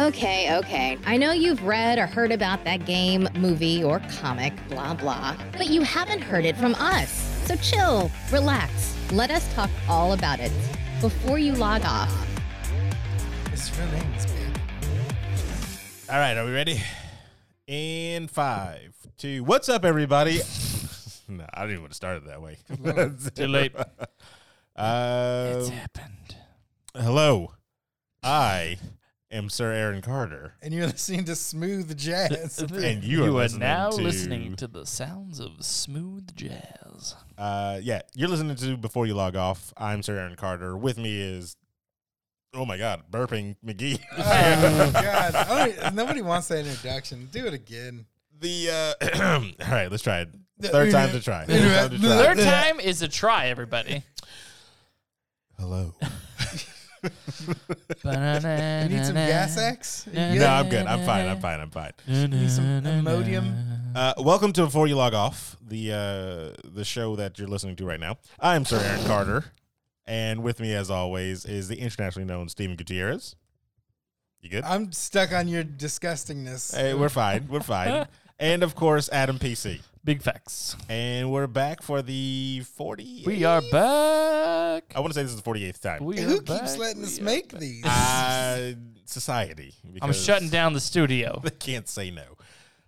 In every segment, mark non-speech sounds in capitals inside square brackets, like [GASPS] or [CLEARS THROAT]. Okay, okay. I know you've read or heard about that game, movie, or comic, blah, blah, but you haven't heard it from us. So chill, relax, let us talk all about it before you log off. This really is big. All right, are we ready? In five, two, what's up, everybody? [LAUGHS] no, I didn't even want to start it that [LAUGHS] way. Too late. [LAUGHS] Uh, happened. hello, I am Sir Aaron Carter, and you're [LAUGHS] listening to smooth jazz. [LAUGHS] and you are, listening now to, listening to the sounds of smooth [LAUGHS] jazz. Uh, yeah, you're listening to before you log off. I'm Sir Aaron Carter. With me is, oh my God, burping McGee. [LAUGHS] oh God! [LAUGHS] Oh, nobody wants that introduction. Do it again. the uh, [CLEARS THROAT] all right, let's try it. Third time's a try. Third yeah. time's a The try. Third time is a try, [LAUGHS] everybody. Hello. You need some gas X. You good? No, I'm good. I'm fine. I'm fine. I'm fine. Need some Imodium. Uh, welcome to Before You Log Off, the uh, the show that you're listening to right now. I'm Sir Aaron Carter, and with me, as always, is the internationally known Stephen Gutierrez. You Uh, good? I'm stuck on your disgustingness. Hey, we're fine. We're fine. [LAUGHS] and of course, Adam PC. Big facts. And we're back for the 40. We are back. I want to say this is the 48th time. We Who are back. keeps letting We us are make back. these? uh, society. I'm shutting down the studio. [LAUGHS] They can't say no.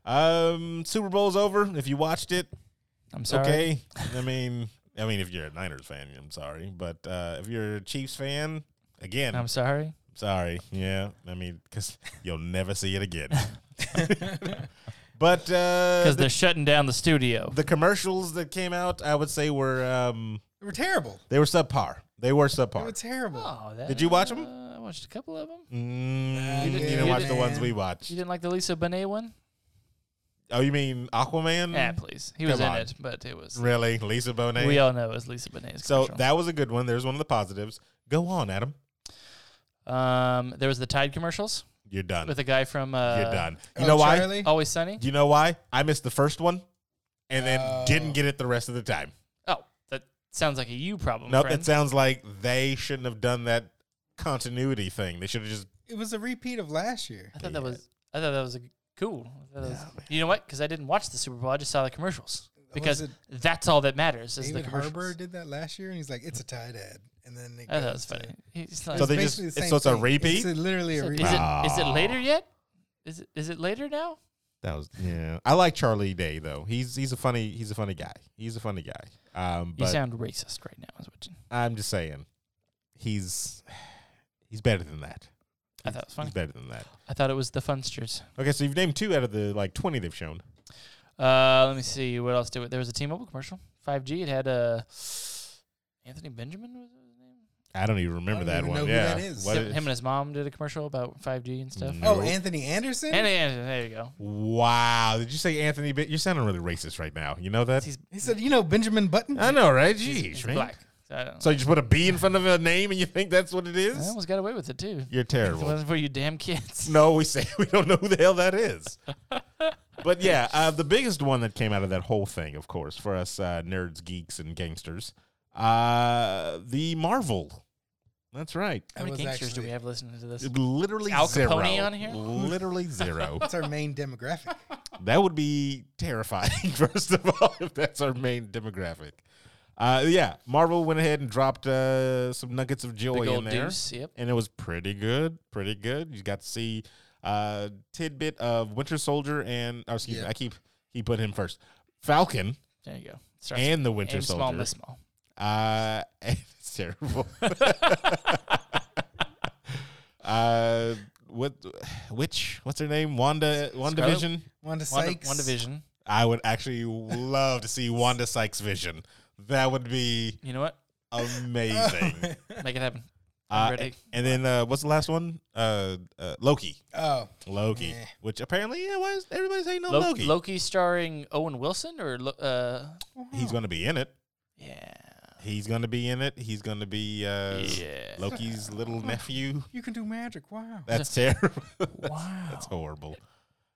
Um, Super Bowl's over. If you watched it, I'm It's sorry. okay. I mean, I mean, if you're a Niners fan, I'm sorry, but uh, if you're a Chiefs fan, again, I'm I'm sorry. sorry. Yeah, I mean, because you'll never see it again. [LAUGHS] but uh, Because the, they're shutting down the studio. the commercials that came out, I would say were um, They were terrible. they were subpar. They were They were subpar. terrible. Oh, that, Did you watch 'em? Uh, I watched a couple of them. Mm, you didn't yeah, even watch the man. ones we You watched. didn't like the Lisa Bonet one? Oh, you mean Aquaman? Yeah, please. He was Mm. Come in on. it, but it was. Really, Lisa Bonet. We all know it was Lisa Bonet's so commercial. that was a good one. There's one of the positives. Go on, Adam. um, there was the Tide commercials You're done. with a guy from uh, you're done. You Oh, know why? Charlie? Always Sunny. You know why? I missed the first one and then Oh. didn't get it the rest of the time. Oh, that sounds like a you problem. Nope, friend. it sounds like they shouldn't have done that continuity thing. They should have just. It was a repeat of last year. I thought that was. I thought that was a, cool. I thought that was- you know what? Because I didn't watch the Super Bowl. I just saw the commercials. Because it that's all that matters is David the commercials. Harbour did that last year, and he's like, "It's a Tide ad," and then it I thought that goes was to- funny. He's like, So It's they just- basically it's- the same so it's a thing. repeat? It's literally is a it, repeat. is it is it Wow. later yet? Is it is it later now? That was yeah. I like Charlie Day though. He's he's a funny he's a funny guy. He's a funny guy. Um, You but sound racist right now. Is what you, I'm just saying, he's he's better than that. I thought it was funny. He's better than that. I thought it was the funsters. Okay, so you've named two out of the like twenty they've shown. Uh, let me see what else did it. There was a T-Mobile commercial, 5G. It had uh, Anthony Benjamin was his name. I don't even remember don't that even one. know who yeah, that is. What him, him and his mom did a commercial about 5G and stuff. No. Oh, Anthony Anderson. And, and there you go. wow, did you say Anthony? Bi- You're sounding really racist right now. You know that? He's, he said, "You know Benjamin Button." I know, right? he's, Jeez, he's man. black. So I, don't So you just put a B in front of a name and you think that's what it I is? almost got away with it too. You're If It terrible. wasn't for you damn kids. No, we say [LAUGHS] we don't know who the hell that is. but yeah, uh, the biggest one that came out of that whole thing, of course, for us uh, nerds, geeks, and gangsters, uh, the Marvel. That's right. [LAUGHS] I How many was gangsters do actually- we have listening to this? Literally Is Al zero. Capone on here? Literally zero. That's our main demographic. That would be terrifying, [LAUGHS] first of all, if that's our main demographic. Uh, yeah, Marvel went ahead and dropped uh, some nuggets of joy Big in old there, deuce. Yep. and it was pretty good, pretty good. You got to see uh, tidbit of Winter Soldier and, or excuse me, Yeah. I keep he put him first, Falcon There you go. Starts and the Winter aim Soldier. small, miss small. Uh, [LAUGHS] it's [LAUGHS] terrible. uh, what, which, what's her name? Wanda, Wanda Scarlet- Vision. Wanda One, Sykes. one division. I would actually love to see Wanda Sykes' vision. That would be You know what? amazing. Make [LAUGHS] it happen. [LAUGHS] I'm Uh, ready. and then uh, what's the last one? Uh, uh, Loki. Oh, Loki, Meh. which apparently yeah, why is everybody saying no Eh. Lo- Loki? Loki starring Owen Wilson or Lo- uh, He's going to be in it. yeah, He's going to be in it. He's going to be uh, yeah. [LAUGHS] Loki's little nephew. you can do magic. Wow. [LAUGHS] That's terrible. That's wow. horrible.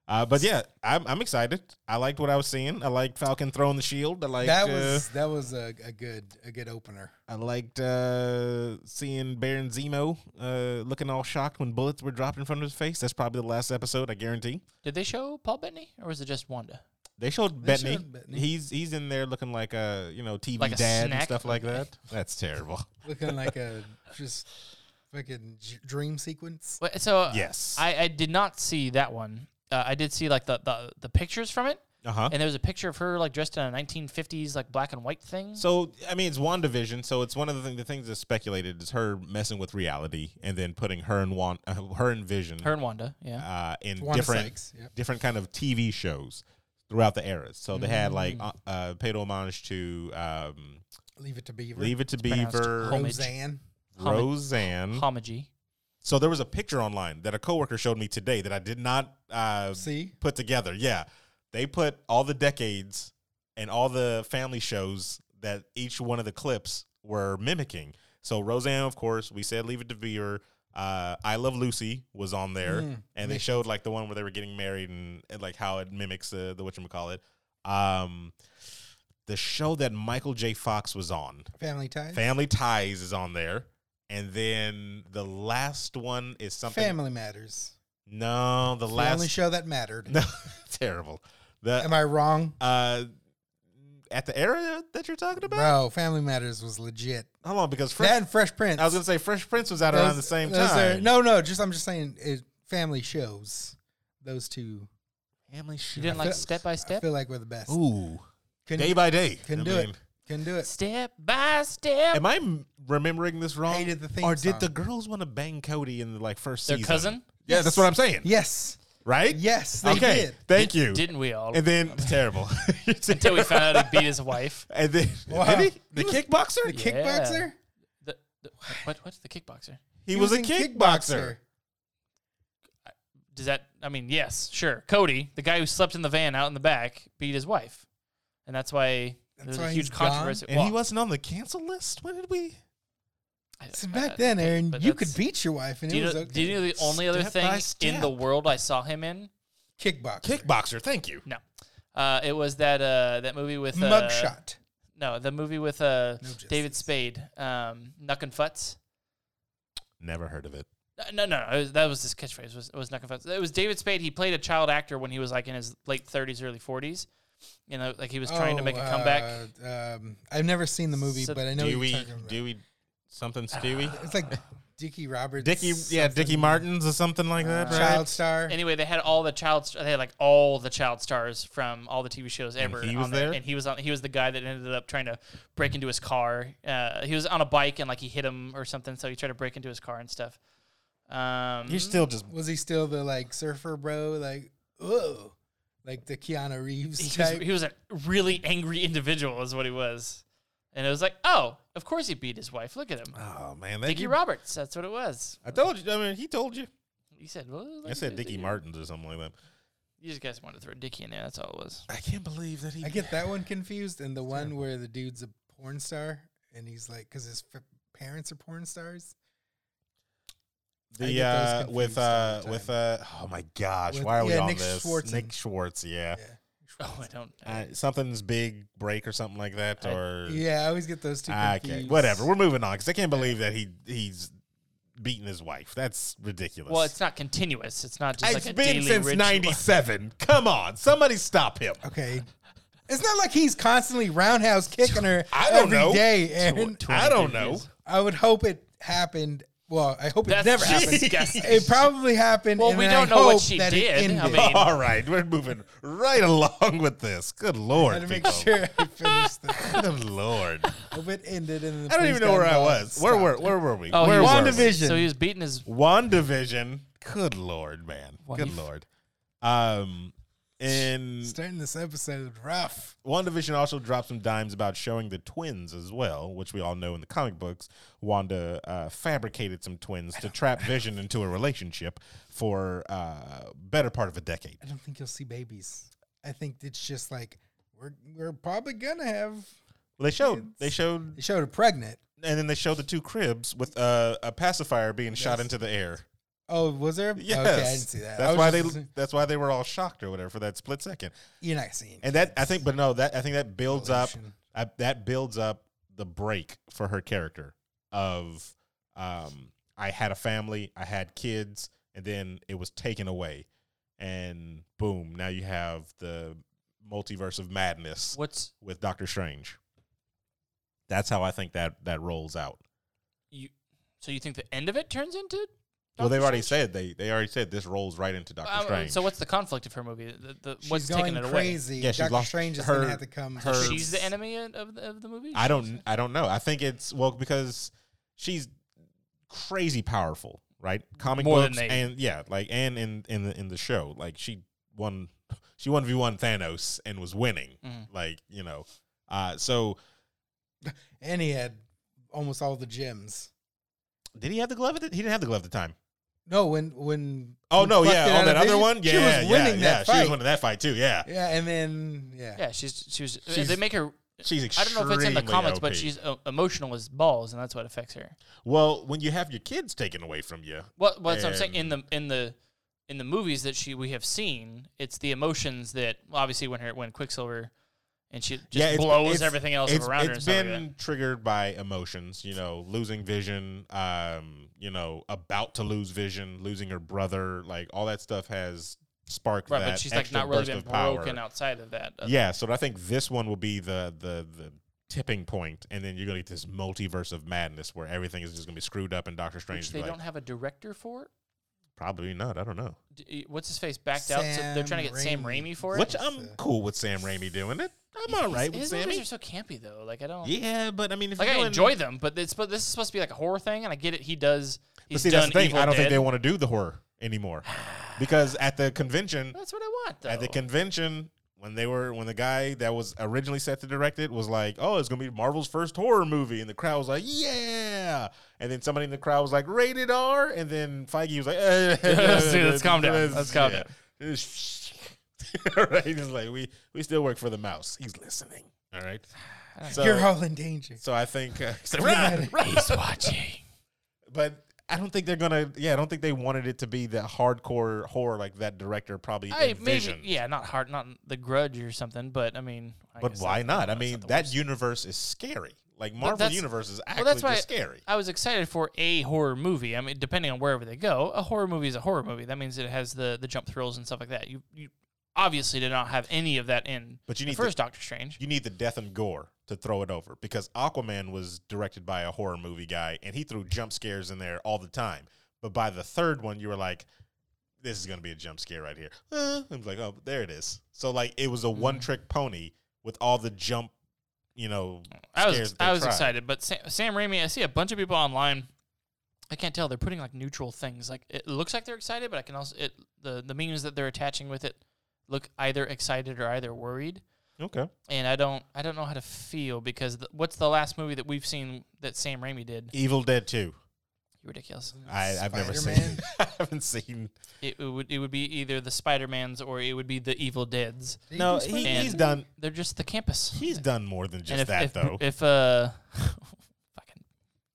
Uh, but yeah, I'm, I'm excited. I liked what I was seeing. I liked Falcon throwing the shield. I liked that uh, was that was a, a good a good opener. I liked uh, seeing Baron Zemo uh, looking all shocked when bullets were dropped in front of his face. That's probably the last episode, I guarantee. Did they show Paul Bettany or was it just Wanda? They showed They Bettany. showed Bettany. He's he's in there looking like a you know TV Like a dad and snack? stuff like [LAUGHS] Okay. that. That's terrible. Looking [LAUGHS] like a just fucking j- dream sequence. Wait, So uh, Yes. I, I did not see that one. Uh, I did see like the, the the pictures from it, Uh huh. and there was a picture of her like dressed in a 1950s like black and white thing. So I mean, it's WandaVision. So it's one of the, thing, the things that's speculated is her messing with reality and then putting her and Wan, uh, her and Vision, her and Wanda, yeah. uh, in Wanda different Sykes, yep. different kind of TV shows throughout the eras. So they Mm. had like uh, uh, paid homage to um, Leave it to Beaver. Leave It to pronounced Beaver, homage. Roseanne. homage. Roseanne. Homage. So there was a picture online that a coworker showed me today that I did not uh, See, put together. Yeah, they put all the decades and all the family shows that each one of the clips were mimicking. So Roseanne, of course, we said Leave It to Beaver. Uh, I Love Lucy was on there, Mm, and they makes showed like the one where they were getting married and, and like how it mimics uh, the what call it. Um, the show that Michael J. Fox was on, Family Ties. Family Ties, is on there, and then the last one is something. Family Matters. No, the The last only show that [LAUGHS] mattered. no, terrible. The Am I wrong? uh, at the era that you're talking about? Bro, Family Matters was legit. Hold on, because that Fresh, and Fresh Prince. I was gonna say Fresh Prince was out around the Those- same those time. are- no, no, just I'm just saying it, family shows. Those two. family You show. didn't like feel- Step by I Step? feel like we're the best. Ooh, couldn't day by day. couldn't I do it. mean, Couldn't do it. Step by Step. Am I m- remembering this wrong? Hated the theme or did the song. girls want to bang Cody in the like first Their season? cousin? Yeah, that's what I'm saying. Yes, Right? yes, they okay. did. Thank Did- you. Didn't we all? and then terrible. [LAUGHS] [LAUGHS] Until we found out he beat his wife. And then [LAUGHS] Wow. did he? The He was- kickboxer? The Yeah. kickboxer. The, the, what? What's the kickboxer? he, was, a in kickboxer. Does that? I mean, yes, sure. Cody, the guy who slept in the van out in the back, beat his wife, and that's why That's there's why a he's huge gone? controversy. And he Well, wasn't on the cancel list. When did we? I- So I- back I- then, Aaron, Uh, but you could that's- beat your wife, and Do it you, was know, okay. do you know the only other Step by thing in the step. world I saw him in? kickboxer, Kickboxer. Thank you. No, uh, it was that uh, that movie with uh, mugshot. No, the movie with uh, No David justice. Spade, um, Nuck and Futz. Never heard of it. No, no, no. It was, that was his catchphrase. Was was Nuck and Futz. It was David Spade. He played a child actor when he was like in his late 30s, early 40s. You know, like he was trying to Oh, make a comeback. uh, um, I've never seen the movie, So but I know what Dewey, you're talking about. Ah, Dewey, something Stewie, It's like [LAUGHS] Dickie Roberts, Dickie, yeah, Dickie something. Uh, Martins or something like that, right? child star. Anyway, they had all the child. st- They had like all the child stars from all the TV shows ever. he was on there? and he was on. He was the guy that ended up trying to break into his car. Uh, he was on a bike and like he hit him or something, so he tried to break into his car and stuff. Um, Mm-hmm. You're still just Was he still the like surfer bro? Like, oh, like the Keanu Reeves he was, type. he was a really angry individual, is what he was. And it was like, oh, of course he beat his wife. Look at him, oh man, that Dickie you- Roberts. That's what it was. I told you. I mean, he told you. He said, well, I look said at Dickie Martins or something like that. You just guys wanted to throw Dickie in there. That's all it was. I can't believe that he. I get that one confused, and the one where the dude's a porn star, and he's like, because his f- parents are porn stars. I the get those uh, confused with all uh, the with time. uh, oh my gosh, With- why are we yeah, on Nick this? Schwartz Nick and- Schwartz, yeah. Yeah, Oh, I don't. Uh, something's big break or something like that, I- or yeah. I always get those two. Ah, Confused. okay, whatever. We're moving on because I can't believe that he he's beating his wife. That's ridiculous. Well, it's not continuous. It's not just It's like a been daily since ritual. '97. Come on, somebody stop him. Okay. It's not like he's constantly roundhouse kicking her [LAUGHS] I don't every know. day, [LAUGHS] Aaron. I don't know. I would hope it happened. Well, I hope it That's never just happened. disgusting. It probably happened. Well, and we I don't know what hope she that it did. I [LAUGHS] ended. mean- [LAUGHS] All right, we're moving right along with this. Good I had lord, to make people. sure I finished this. Good lord. [LAUGHS] Hope it ended. And the I don't police even know got where I involved was. and Where stopped were it. where were we? Oh, where he were was- we? WandaVision. So he was beating his. One division. Good lord, man. Good lord. Um, and Starting this episode rough. WandaVision also dropped some dimes about showing the twins as well, which we all know in the comic books. Wanda uh, fabricated some twins to trap Vision into a relationship for uh, better part of a decade. I don't think you'll see babies. I think it's just like we're we're probably gonna have. They showed they showed They showed her pregnant. and then they show the two cribs with uh, a pacifier being shot That's- into the air. Oh, was there? Yes, Okay, I didn't see that. I That's was why they. just- That's why they were all shocked or whatever for that split second. You're not seeing. And that I think, but no, that I think that builds up. Evolution. I, that builds up the break for her character of um, I had a family, I had kids, and then it was taken away, and boom, now you have the multiverse of madness What's with Doctor Strange. That's how I think that that rolls out. you? So you think the end of it turns into? well, they've Doctor already Strange? said they they already said this rolls right into Doctor Uh, Strange. So what's the conflict of her movie? The, the, She's what's going taking it away? crazy. Yeah, she's Doctor lost Strange is her- gonna have to come. her- to- She's the enemy of of the, of the movie. I don't I don't know. I think it's well because she's crazy powerful, right? Comic More than books they- and yeah, like and in in the in the show, like she won she won v one Thanos and was winning, Mhm. like you know. Uh, so and he had almost all the gems. did he have the glove? At the, he didn't have the glove at the time. No, when when Oh he no, plucked yeah, it out on of that other vision, one, yeah, she was yeah, winning yeah, that she fight. was winning that fight too. Yeah, yeah, and then yeah, Yeah, she's she was. She's- they make her. she's I extremely. don't know if it's in the comics, but OP. she's uh, emotional as balls, and that's what affects her. well. When you have your kids taken away from you, Well, well that's what I'm saying. In And- the in the in the movies that she we have seen, it's the emotions that well, obviously when her when Quicksilver and she just it's- blows it's- everything else it's- around her. It's and stuff like been that. triggered by emotions, you know, losing vision, um, you know, about to lose vision, losing her brother, like all that stuff has sparked right, that. but she's like extra not really burst been of power. broken outside of that. Uh, Yeah, so I think this one will be the the the tipping point, and then you're gonna get this multiverse of madness where everything is just gonna be screwed up, and Doctor Strange which is they like, don't have a director for. probably not. I don't know. D- What's his face backed out? So they're trying to get Sam Sam Raimi. Raimi for it. Which It's, I'm uh, cool with Sam Raimi doing it. I'm all right with His movies Sammy. are so campy though. Like I don't. Yeah, but I mean, if Like you're I doing- enjoy them, but it's but this is supposed to be like a horror thing, and I get it. He does. But He's see, that's done the thing. Evil I don't think Dead. they want to do the horror anymore because at the convention, That's [SIGHS] what I want. Though. at the convention, when they were when the guy that was originally set to direct it was like, "Oh, it's gonna be Marvel's first horror movie," and the crowd was like, "Yeah!" And then somebody in the crowd was like, "Rated R," and then Feige [LAUGHS] was like, [LAUGHS] eh, Let's do- let's calm down. Let's calm yeah. [LAUGHS] right? He's like, "We we still work for the mouse. He's listening." All right. [SIGHS] So, you're all in danger. so I think [LAUGHS] uh, he's like, Forget [LAUGHS] "Rah, rah." it." he's watching. but I don't think they're gonna. Yeah, I don't think they wanted it to be the hardcore horror like that director probably I envisioned. maybe yeah, not hard, not the Grudge or something, but I mean, I but guess why that- not? I that's mean, the that worst. universe is scary. Like Marvel that's- universe is actually well, that's why just scary. I was excited for a horror movie. I mean, depending on wherever they go, a horror movie is a horror movie. That means it has the the jump thrills and stuff like that. You you obviously did not have any of that in But you the need to- first Doctor Strange. you need the death and gore to throw it over because Aquaman was directed by a horror movie guy and he threw jump scares in there all the time. But by the third one, you were like, "This is gonna be a jump scare right here." Uh, I was like, "Oh, there it is." So like, it was a Mm-hmm. one trick pony with all the jump, you know. I scares was that they I was tried. excited, but Sam, Sam Raimi, I see a bunch of people online. I can't tell. They're putting like neutral things. Like it looks like they're excited, but I can also it the the memes that they're attaching with it look either excited or either worried. Okay. And I don't I don't know how to feel because the, what's the last movie that we've seen that Sam Raimi did? Evil Dead Two. You're ridiculous. I, I've never seen. [LAUGHS] Spider-Man? I haven't seen. It, it would it would be either the Spider Mans or it would be the Evil Deads. Did No, do he, Spider-Man? he's done. They're just the campus. He's done more than just and if, that, if, though. If uh, [LAUGHS] fucking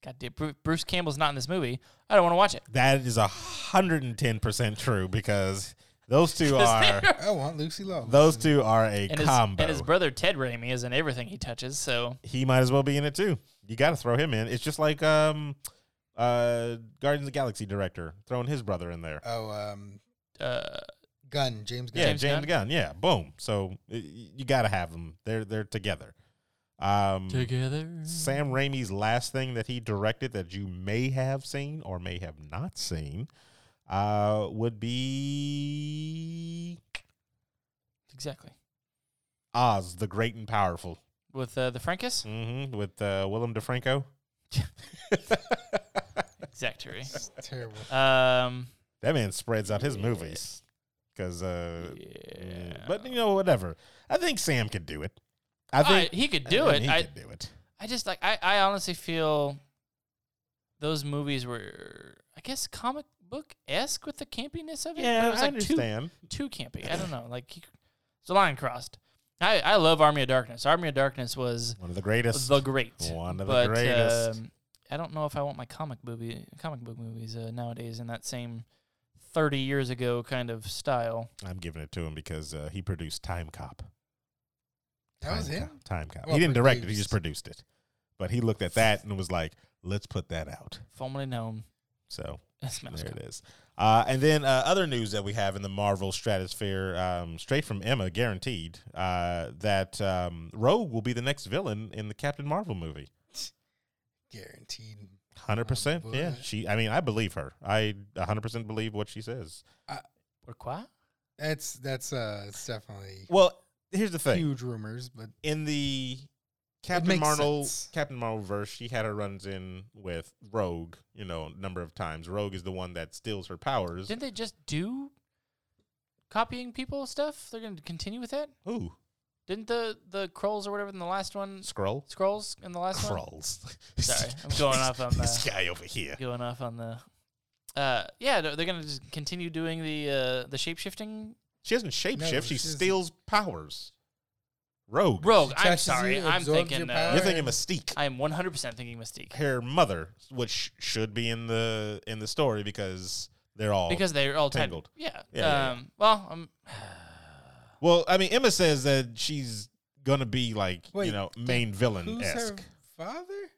goddamn Bru- Bruce Campbell's not in this movie, I don't want to watch it. That is a hundred and ten percent true because those [LAUGHS] two 'Cause are they're- I want Lucy Lowe. those two are a and his, combo. and his brother Ted Raimi is in everything he touches. So he might as well be in it too. You got to throw him in. It's just like um, uh, Guardians of the Galaxy director throwing his brother in there. Oh, um, uh, Gunn, James Gunn. yeah, James James, Gunn. Yeah, boom. So y- y- you got to have them. They're they're together. Um, together, Sam Raimi's last thing that he directed that you may have seen or may have not seen uh, would be exactly Oz, the Great and Powerful. with uh, the Frankus, hmm with uh, Willem [LAUGHS] DeFranco. exactly. It's terrible. Um, That man spreads out his movies because, uh, yeah. mm, but you know, whatever. I think Sam could do it. I I- think he could do I it. think He I, could do it. I just like I, I honestly feel those movies were I guess comic book esque with the campiness of it. but it Yeah, was I like understand. too too campy. I don't know. Like he- it's a line crossed. I, I love Army of Darkness. Army of Darkness was One of the greatest. the great. One of the but, greatest. Um, I don't know if I want my comic movie comic book movies uh, nowadays in that same 30 years ago kind of style. I'm giving it to him because uh, he produced Time Cop. That was Time him. Cop- Time Cop. Well, he didn't direct it. He produced. just produced it. But he looked at that and was like, "Let's put that out." Formerly known So as Mouse there Cop. it is. Uh, and then uh, other news that we have in the Marvel stratosphere, um, straight from Emma, guaranteed uh, that um, Rogue will be the next villain in the Captain Marvel movie. Guaranteed. Hundred percent. Oh, boy. Yeah, she. I mean, I believe her. I hundred percent believe what she says. Or quoi? That's that's uh it's definitely Well, here's the thing. huge rumors, but in the Captain makes Marvel sense. Captain Marvel verse, she had her runs in with Rogue, you know, a number of times. Rogue is the one that steals her powers. Didn't they just do copying people stuff? They're going to continue with that? Ooh, Didn't the the Krolls or whatever in the last one, Skrull. Scrolls in the last [LAUGHS] one? Krulls. Sorry, I'm going [LAUGHS] off on this the- guy over here. Going off on the. Uh, yeah, they're going to just continue doing the uh, the shape shifting. She doesn't shapeshift. No, she she doesn't. steals powers. Rogue. Rogue, She I'm touches sorry. you, I'm absorbs thinking. your You're Uh, power. thinking Mystique. I am 100% thinking Mystique. Her mother, which should be in the in the story because they're all because they're all tied- tangled. Yeah. Yeah, yeah, um, Well, um, Well, I mean, Emma says that she's gonna be like you Wait, know main villain who's her esque. father?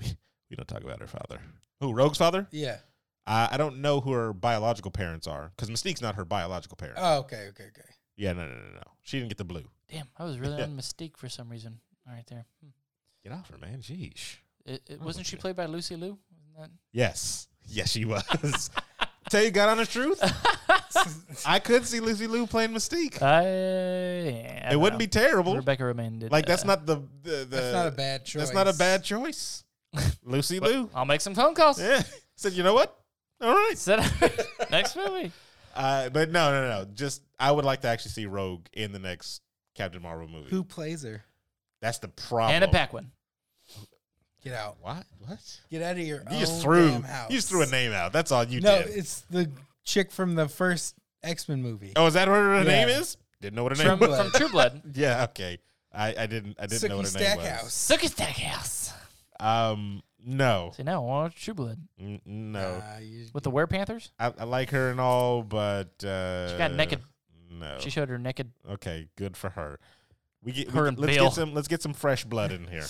We don't talk about her father. Who Rogue's father? Yeah. I I don't know who her biological parents are because Mystique's not her biological parent. Oh, okay, okay, okay. yeah, no, no, no, no. She didn't get the blue. damn, I was really on Mystique for some reason. All right, there. Hmm. Get off her, man. Jeez. It, it, Oh, wasn't she shit. played by Lucy Liu? Wasn't Yes, yes, she was. [LAUGHS] Tell you, got on the truth. I could see Lucy Liu playing Mystique. that? I, yeah, I it don't wouldn't know. be terrible. Rebecca Romaine did Like that's uh, not the the, the That's not a bad choice. that's not a bad choice. Lucy but Liu. I'll make some phone calls. Yeah. Said you know what? All right. [LAUGHS] Set up [LAUGHS] next movie. Uh, but no, no, no. Just I would like to actually see Rogue in the next Captain Marvel movie. Who plays her? That's the problem. Anna Paquin. Get out. What? What? Get out of your You just own threw. Oh, damn house. You just threw a name out. That's all you no, did. it's the chick from the first X Men movie. oh, is that what her Yeah. name is? Didn't know what her name From, was. [LAUGHS] Blood. from True Blood. Yeah. Okay. I, I didn't. I didn't know Sookie what her Stackhouse. Suki Stackhouse. name was. Um. No. See, now I want True Blood. N- no. Nah, you- With the Were Panthers? I, I like her and all, but uh, oh. She got naked. No. She showed her naked. okay. Good for her. We get. Her we, and let's Bill. get some. Let's get some fresh blood in here.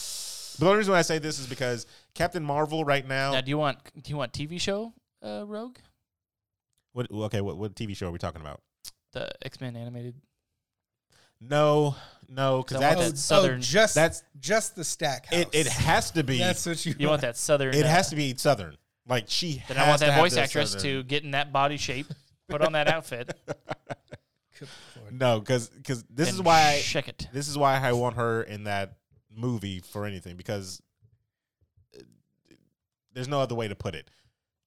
The only reason why I say this is because Captain Marvel right now. Now, do you want do you want TV show uh, Rogue? What? Okay. What? What TV show are we talking about? The X Men animated. No. No. I Because want oh, that's that oh, southern- just that's just the Stackhouse. it. It has to be. That's what you. You want that southern? It uh, has to be Southern. Like she. Then has I want to that have voice the actress Southern- to get in that body shape, put on that outfit. Good lord. No, because because [LAUGHS] this is and why Check it. this is why I want her in that movie for anything because uh, there's no other way to put it.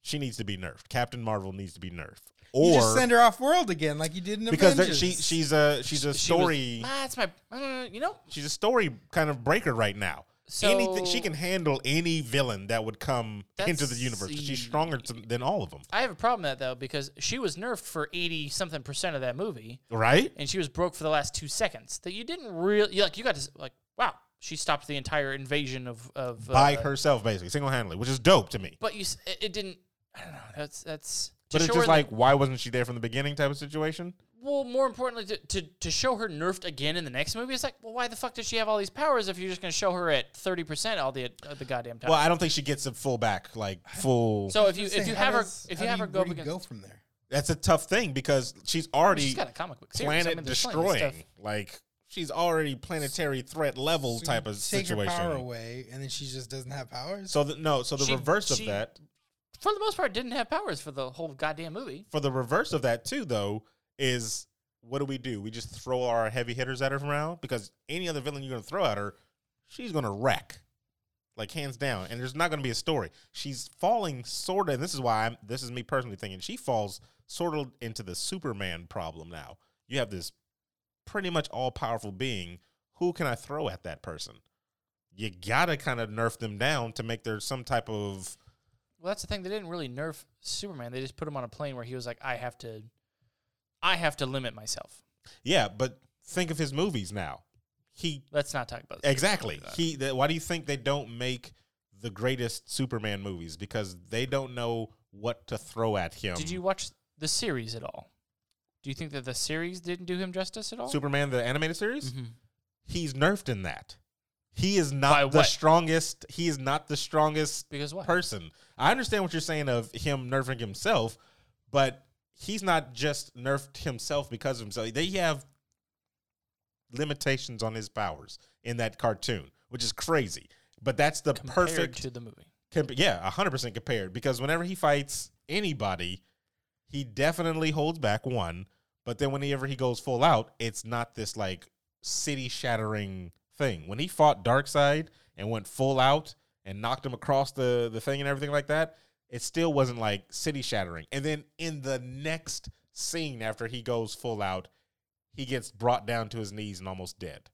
She needs to be nerfed. Captain Marvel needs to be nerfed, or you just send her off world again, like you did in because there- Avengers. she she's a she's a She was- story ah, it's my. uh, you know. she's a story kind of breaker right now. So Anything she can handle any villain that would come into the That's- universe. She's stronger to, than all of them, I have a problem with that though because she was nerfed for eighty something percent of that movie, right? and she was broke for the last two seconds. That you didn't really you, like. You got to s- like, wow, she stopped the entire invasion of of By uh, herself, basically, single handedly, which is dope to me. But you, s- it, it didn't. I don't know. That's that's. to But it's show just her that- like, why wasn't she there from the beginning? Type of situation. well, more importantly, to, to, to show her nerfed again in the next movie, it's like, well, why the fuck does she have all these powers if you're just going to show her at thirty percent all the uh, the goddamn time? Well, I don't think she gets a full back, like full. so if I you was if saying, you how have her does- if how you do have her go up where do you against go from there. that's a tough thing because she's already she's got a comic book series. I mean, planet there's plenty of destroying. Like she's already planetary threat level So type you of take her power situation. away, and then she just doesn't have powers. So the, no, so the She- reverse she- of that. stuff. For the most part, didn't have powers for the whole goddamn movie. For the reverse of that too, though, is what do we do? We just throw our heavy hitters at her from now because any other villain you're going to throw at her, she's going to wreck. Like hands down, and there's not going to be a story. She's falling sort of, and this is why I'm. This is me personally thinking she falls sort of into the Superman problem now. You have this pretty much all powerful being. Who can I throw at that person? You gotta kind of nerf them down to make there some type of Well, that's the thing. They didn't really nerf Superman. They just put him on a plane where he was like, I have to, I have to limit myself. yeah. But think of his movies now. He Let's not talk about this. Exactly. He. That, why do you think they don't make the greatest Superman movies? Because they don't know what to throw at him. Did you watch the series at all? Do you think that the series didn't do him justice at all? Superman the animated series. Mhm. He's nerfed in that. He is By not the what? strongest. He is not the strongest Because what? person. I understand what you're saying of him nerfing himself, but he's not just nerfed himself because of himself. They have limitations on his powers in that cartoon, which is crazy. But that's the compared perfect to the movie. Compa- yeah, 100% compared because whenever he fights anybody, he definitely holds back one, but then whenever he goes full out, it's not this like city shattering thing. When he fought Darkseid and went full out and knocked him across the the thing and everything like that, it still wasn't like city shattering. And then in the next scene after he goes full out, he gets brought down to his knees and almost dead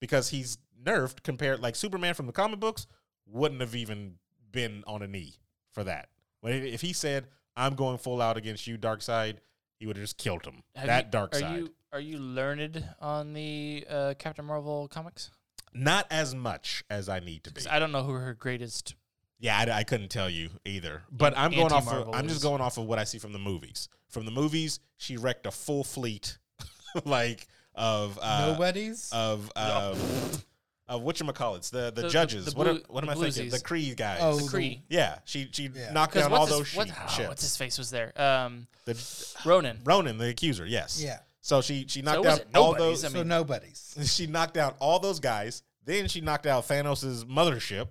because he's nerfed compared like Superman from the comic books wouldn't have even been on a knee for that. But if if he said, "I'm going full out against you, Darkseid," he would have just killed him. Have that you- dark Are side, you are you learned on the uh, Captain Marvel comics? not as much as I need to be. 'Cause I don't know who her greatest. yeah, I, I couldn't tell you either. But I'm going off. Of, Anti-Marvel I'm just is- going off of what I see from the movies. From the movies, she wrecked a full fleet, [LAUGHS] like of uh, Nobody's. of um, of whatchamacallits, the the, The- the- judges. the what blue- are, what am the I thinking? bluesies. The Kree guys. Oh, The the- Kree. Yeah, she she Yeah. knocked Because down all what's, those his, what, sheep- oh, what's ships. his face was there? Um, The Ronan. Ronan, the accuser, yes. yeah. So she she knocked was out it all nobody's? those. I So mean- nobody's. [LAUGHS] she knocked out all those guys. Then she knocked out Thanos' mothership,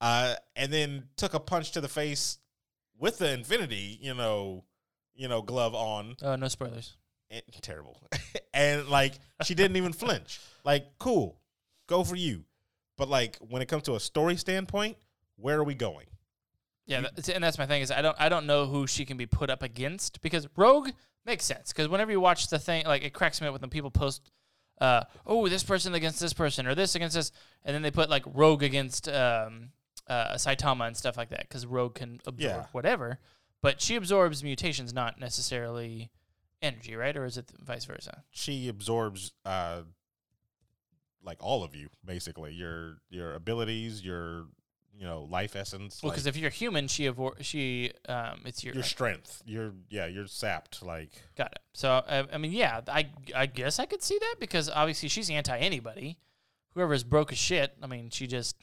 uh, and then took a punch to the face with the Infinity, you know, you know, glove on. Oh, no spoilers. And, [LAUGHS] terrible, and like she didn't even flinch. Like, cool, go for you. But like, when it comes to a story standpoint, where are we going? Yeah, that's, and that's my thing is I don't I don't know who she can be put up against because Rogue makes sense because whenever you watch the thing like it cracks me up when the people post, uh, oh this person against this person or this against this and then they put like Rogue against um, uh, Saitama and stuff like that because Rogue can absorb Yeah. whatever, but she absorbs mutations, not necessarily energy, right? Or is it vice versa? she absorbs uh like all of you basically your your abilities your you know life essence Well, like, because if you're human, she avor- she um, it's your your strength your yeah you're sapped like Got it. So I, I mean, yeah, I I guess I could see that because obviously she's anti anybody. Whoever's broke as shit. I mean, she just,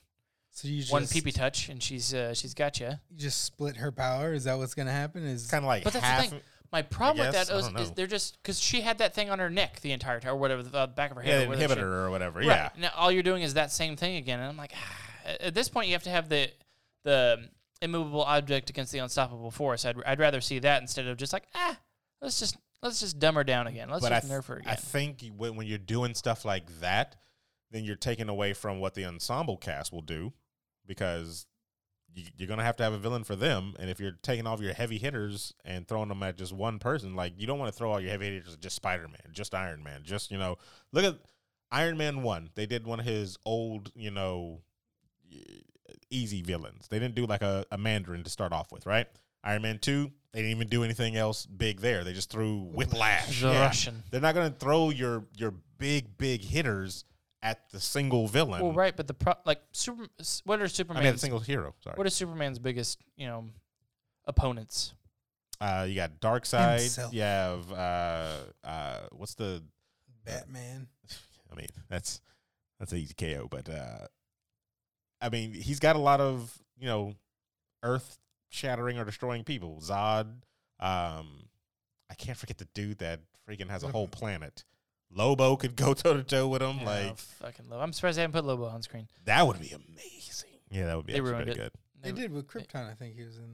So you just one peepee touch and she's uh, she's got you. you just split her power. Is that what's gonna happen? Is kind of like But that's half the thing. My problem with guess. that I is, don't is know. they're just because she had that thing on her neck the entire time or whatever the uh, back of her yeah, head. or whatever inhibitor she- or whatever Right. yeah Now all you're doing is that same thing again, and I'm like, "Ah." at this point, you have to have the the immovable object against the unstoppable force. I'd, I'd rather see that instead of just like ah, let's just let's just dumb her down again. Let's but I, just th- nerf her again. I think you- when, when you're doing stuff like that then you're taking away from what the ensemble cast will do because you, you're gonna have to have a villain for them and if you're taking off your heavy hitters and throwing them at just one person like you don't want to throw all your heavy hitters at just spider-man just iron man just you know look at iron man 1 they did one of his old you know y- easy villains they didn't do like a, a mandarin to start off with right iron man 2 they didn't even do anything else big there they just threw whiplash the Yeah. Russian. They're not going to throw your your big big hitters at the single villain. Well, right, but the pro- like super. s- What I mean, are at the Superman's? single hero. Sorry. what are Superman's biggest you know opponents? uh, you got Darkseid. Himself. You have uh, uh, what's the? Batman? I mean, that's that's an easy KO. But uh, I mean, he's got a lot of you know earth shattering or destroying people. Zod. Um, I can't forget the dude that freaking has a whole planet. Lobo could go toe to toe with him. Yeah, Like fucking Lobo. I'm surprised they haven't put Lobo on screen. that would be amazing. Yeah, that would be They actually ruined pretty it. good. They did with Krypton. I think he was in.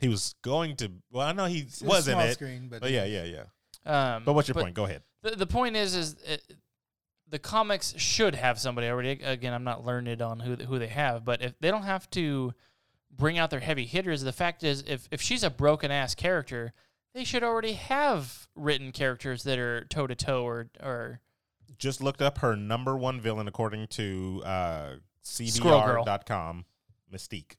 He was going to. Well, I know he it was was in small it. Screen, but But yeah, yeah, yeah. Um, But what's your point? Go ahead. The, the point is, is it, the comics should have somebody already. Again, I'm not learned on who who they have, but if they don't have to bring out their heavy hitters, the fact is, if if she's a broken ass character, they should already have written characters that are toe to toe or or Just looked up her number one villain according to uh, Squirrel Girl. CBR.com, Mystique.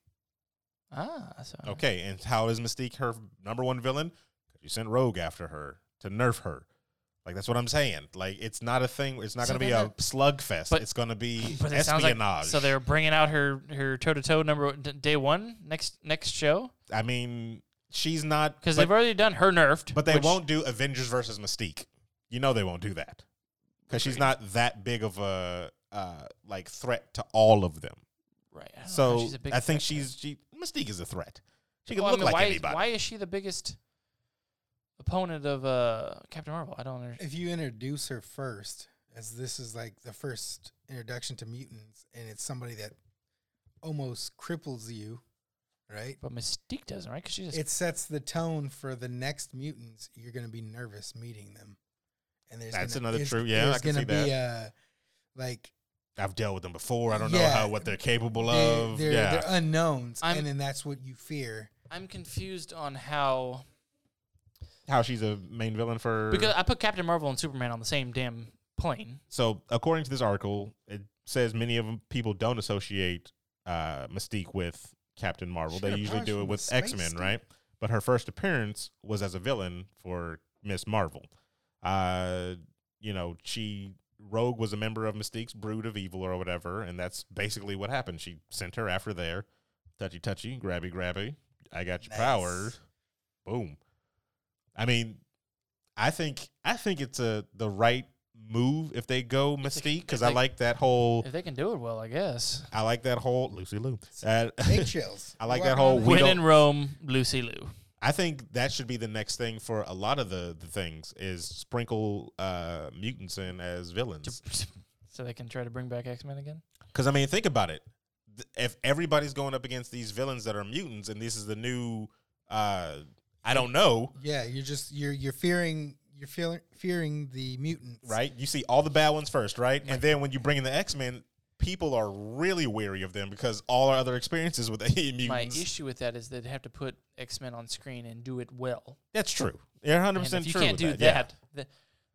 ah. So Okay, and how is Mystique her number one villain? 'Cause You sent Rogue after her to nerf her. Like that's what I'm saying. Like it's not a thing. It's not So going to be then a slugfest. but- it's going to be But it sounds like espionage. so they're bringing out her her toe to toe number d- day one next next show. I mean, she's not because but- they've already done her nerfed. But they which- won't do Avengers versus Mystique. You know they won't do that because she's Agreed. not that big of a uh, like threat to all of them. Right. I don't know, So she's a big I think threat, she's she Mystique is a threat. She can Well, I look mean, like why, anybody. Why is she the biggest opponent of uh, Captain Marvel? I don't understand. If you introduce her first, as this is like the first introduction to mutants, and it's somebody that almost cripples you, right? But Mystique doesn't, right? Because she just It sets the tone for the next mutants. You're going to be nervous meeting them, and there's That's gonna- another there's- true- yeah, I there's can gonna see be uh, like I've dealt with them before. I don't know Yeah. how what they're capable they're, of. they're, yeah, they're unknowns, I'm- and then that's what you [LAUGHS] fear. I'm confused on how how she's a main villain for because I put Captain Marvel and Superman on the same damn plane. So, according to this article, it says many of 'em- people don't associate uh, Mystique with Captain Marvel. She They had a usually powers do from it the with space X Men, stuff. right? But her first appearance was as a villain for Miss Marvel. Uh, you know, she Rogue was a member of Mystique's brood of evil or whatever, and that's basically what happened. She sent her after there, touchy touchy, grabby grabby. I got your Nice. powers. Boom. I mean, I think I think it's a the right move if they go Mystique because I they- like that whole If they can do it well, I guess. I like that whole Lucy Lou. Uh, Big chills. I like Walking that whole on the- We When don't- in Rome, Lucy Lou. [LAUGHS] I think that should be the next thing for a lot of the, the things is sprinkle uh, mutants in as villains So they can try to bring back X Men again. because I mean think about it Th- if everybody's going up against these villains that are mutants and this is the new uh, I don't know Yeah, you're just you're you're fearing you're feeling fearing the mutants. right? You see all the bad ones first, right? And then when you bring in the X Men, people are really wary of them because all our other experiences with [LAUGHS] the My mutants. issue with that is they'd have to put X Men on screen and do it well. That's true. You're 100 And percent if you true. can't do with that, yeah.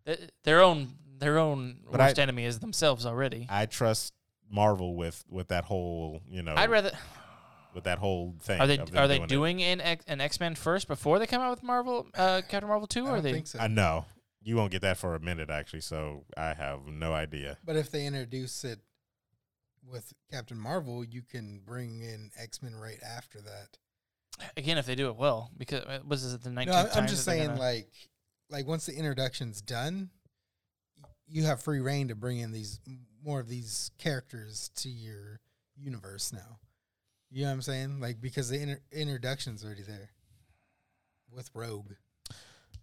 th- th- their own their own But worst I- enemy is themselves already. I trust Marvel with with that whole you know I'd rather with that whole thing. are they of them are they it. doing an X, an X Men first before they come out with Marvel uh, Captain Marvel two? I Or are don't they? think so. I know you won't get that for a minute actually, so I have no idea. But if they introduce it with Captain Marvel, you can bring in X Men right after that. Again, if they do it well, because uh, was this the No, nineteenth? I'm- I'm just saying, like, like once the introduction's done, you have free reign to bring in these more of these characters to your universe now. You know what I'm saying? Like because the inter- introduction's already there with Rogue.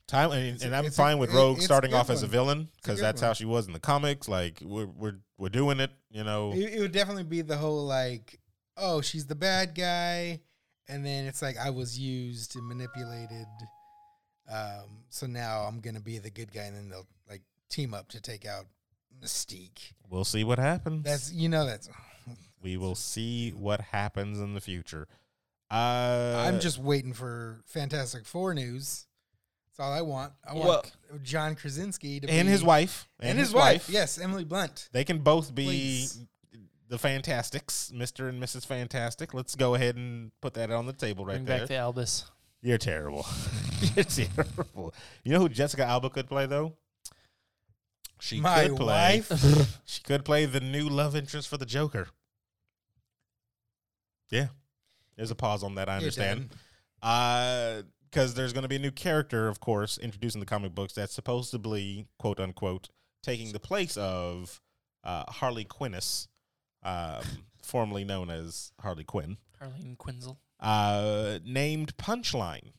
Time and, It's and a- I'm it's a- fine with it- Rogue it's a starting good off as a one. villain It's a because good that's how one. she was in the comics. Like we're we're we're doing it, you know. It, it would definitely be the whole like, oh, she's the bad guy, and then it's like I was used and manipulated, um, so now I'm gonna be the good guy, and then they'll like team up to take out Mystique. We'll see what happens. That's you know that's. Uh, We will see what happens in the future. Uh, I'm just waiting for Fantastic Four news. That's all I want. I Well- want John Krasinski to and be- his wife and, his, wife. Yes, Emily Blunt. they can both be Please. the Fantastics, Mister and Mrs. Fantastic. Let's go ahead and put that on the table right bring there. back the Albus. You're terrible. [LAUGHS] You're terrible. You know who Jessica Alba could play though? She My could play. wife. [LAUGHS] She could play the new love interest for the Joker. Yeah, there's a pause on that. I You're understand. done. because Uh, there's going to be a new character, of course, introduced in the comic books that's supposedly quote unquote taking the place of uh, Harley Quinnis, um, [LAUGHS] formerly known as Harley Quinn, Harleen Quinzel. uh, named Punchline.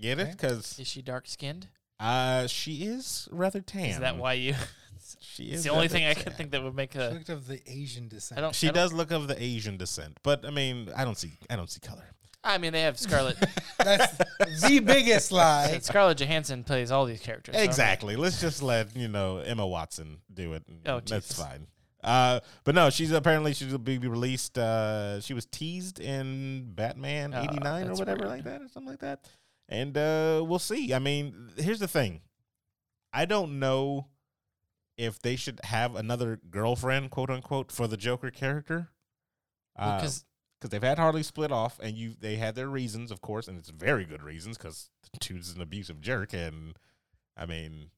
Get it? Okay. Because Is she dark skinned? uh, she is rather tan. Is that why [LAUGHS] you? She it's is the only rather thing I tan. could think that would make She a. looked of the Asian descent. Uh, I don't. She I don't- does look of the Asian descent, but I mean, I don't see, I don't see color. I mean, they [LAUGHS] have Scarlett. That's the biggest lie. Scarlett Johansson plays all these characters. so I'm like, Exactly. Let's just let you know Emma Watson do it. Oh, that's Jesus. fine. Uh, but no, she's apparently she's gonna be released. Uh, she was teased in Batman Oh, '89 or that's whatever weird. like that, or something like that. And uh, we'll see. I mean, here's the thing: I don't know if they should have another girlfriend, quote unquote, for the Joker character. well, Uh, 'cause- because they've had Harley split off, and you they had their reasons, of course, and it's very good reasons because the dude's an abusive jerk, and I mean,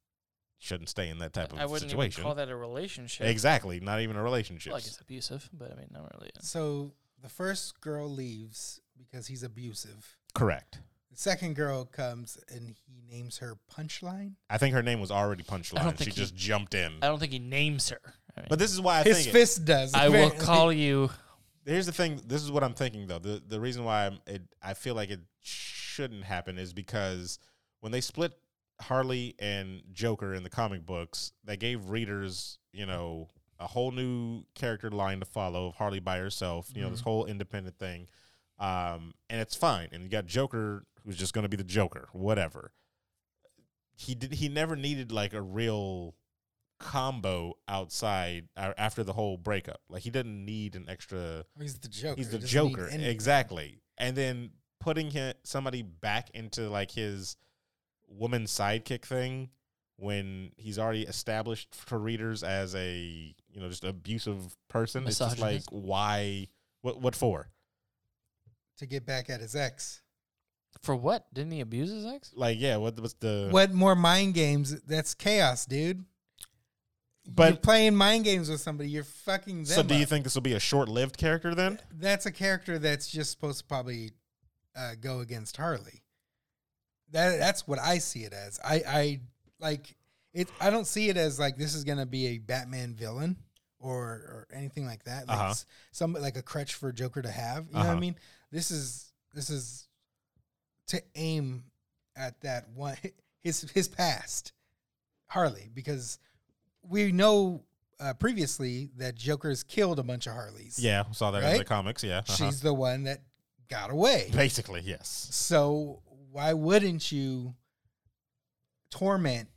shouldn't stay in that type of I wouldn't situation. even call that a relationship. exactly, not even a relationship. Well, like it's abusive, but I mean, not really. So the first girl leaves because he's abusive. Correct. The second girl comes and he names her Punchline. I think her name was already I don't Punchline. She think he- just jumped in. I don't think he names her. I mean, But this is why I His think it- fist does. I will apparently. call you. here's the thing. This is what I'm thinking though. The the reason why I'm, it, I feel like it shouldn't happen is because when they split Harley and Joker in the comic books, they gave readers, you know, a whole new character line to follow of Harley by herself. You know, this whole independent thing, um, and it's fine. And you got Joker, who's just going to be the Joker, whatever. He did. He never needed like a real combo outside uh, after the whole breakup. Like he didn't need an extra. [LAUGHS] He's the Joker. He's the He doesn't need Joker, any- exactly. And then putting him, somebody back into like his woman sidekick thing when he's already established for readers as a you know just abusive person. It's just like Misogynist. why? What? What for? to get back at his ex. For what? Didn't he abuse his ex? Like yeah, what was the What more mind games? That's chaos, dude. you're But- playing mind games with somebody, you're fucking them. So do you up. think this will be a short-lived character then? that's a character that's just supposed to probably uh, go against Harley? That that's what I see it as. I I like it. I don't see it as like this is gonna be a Batman villain or or anything like that. Like Uh-huh. s- some like a crutch for Joker to have. You know what Uh-huh. I mean? This is this is to aim at that one [LAUGHS] his his past Harley because we know uh, previously that Joker's killed a bunch of Harleys. Yeah, saw that in the Right? comics. Yeah, uh-huh. She's the one that got away. basically yes. So why wouldn't you torment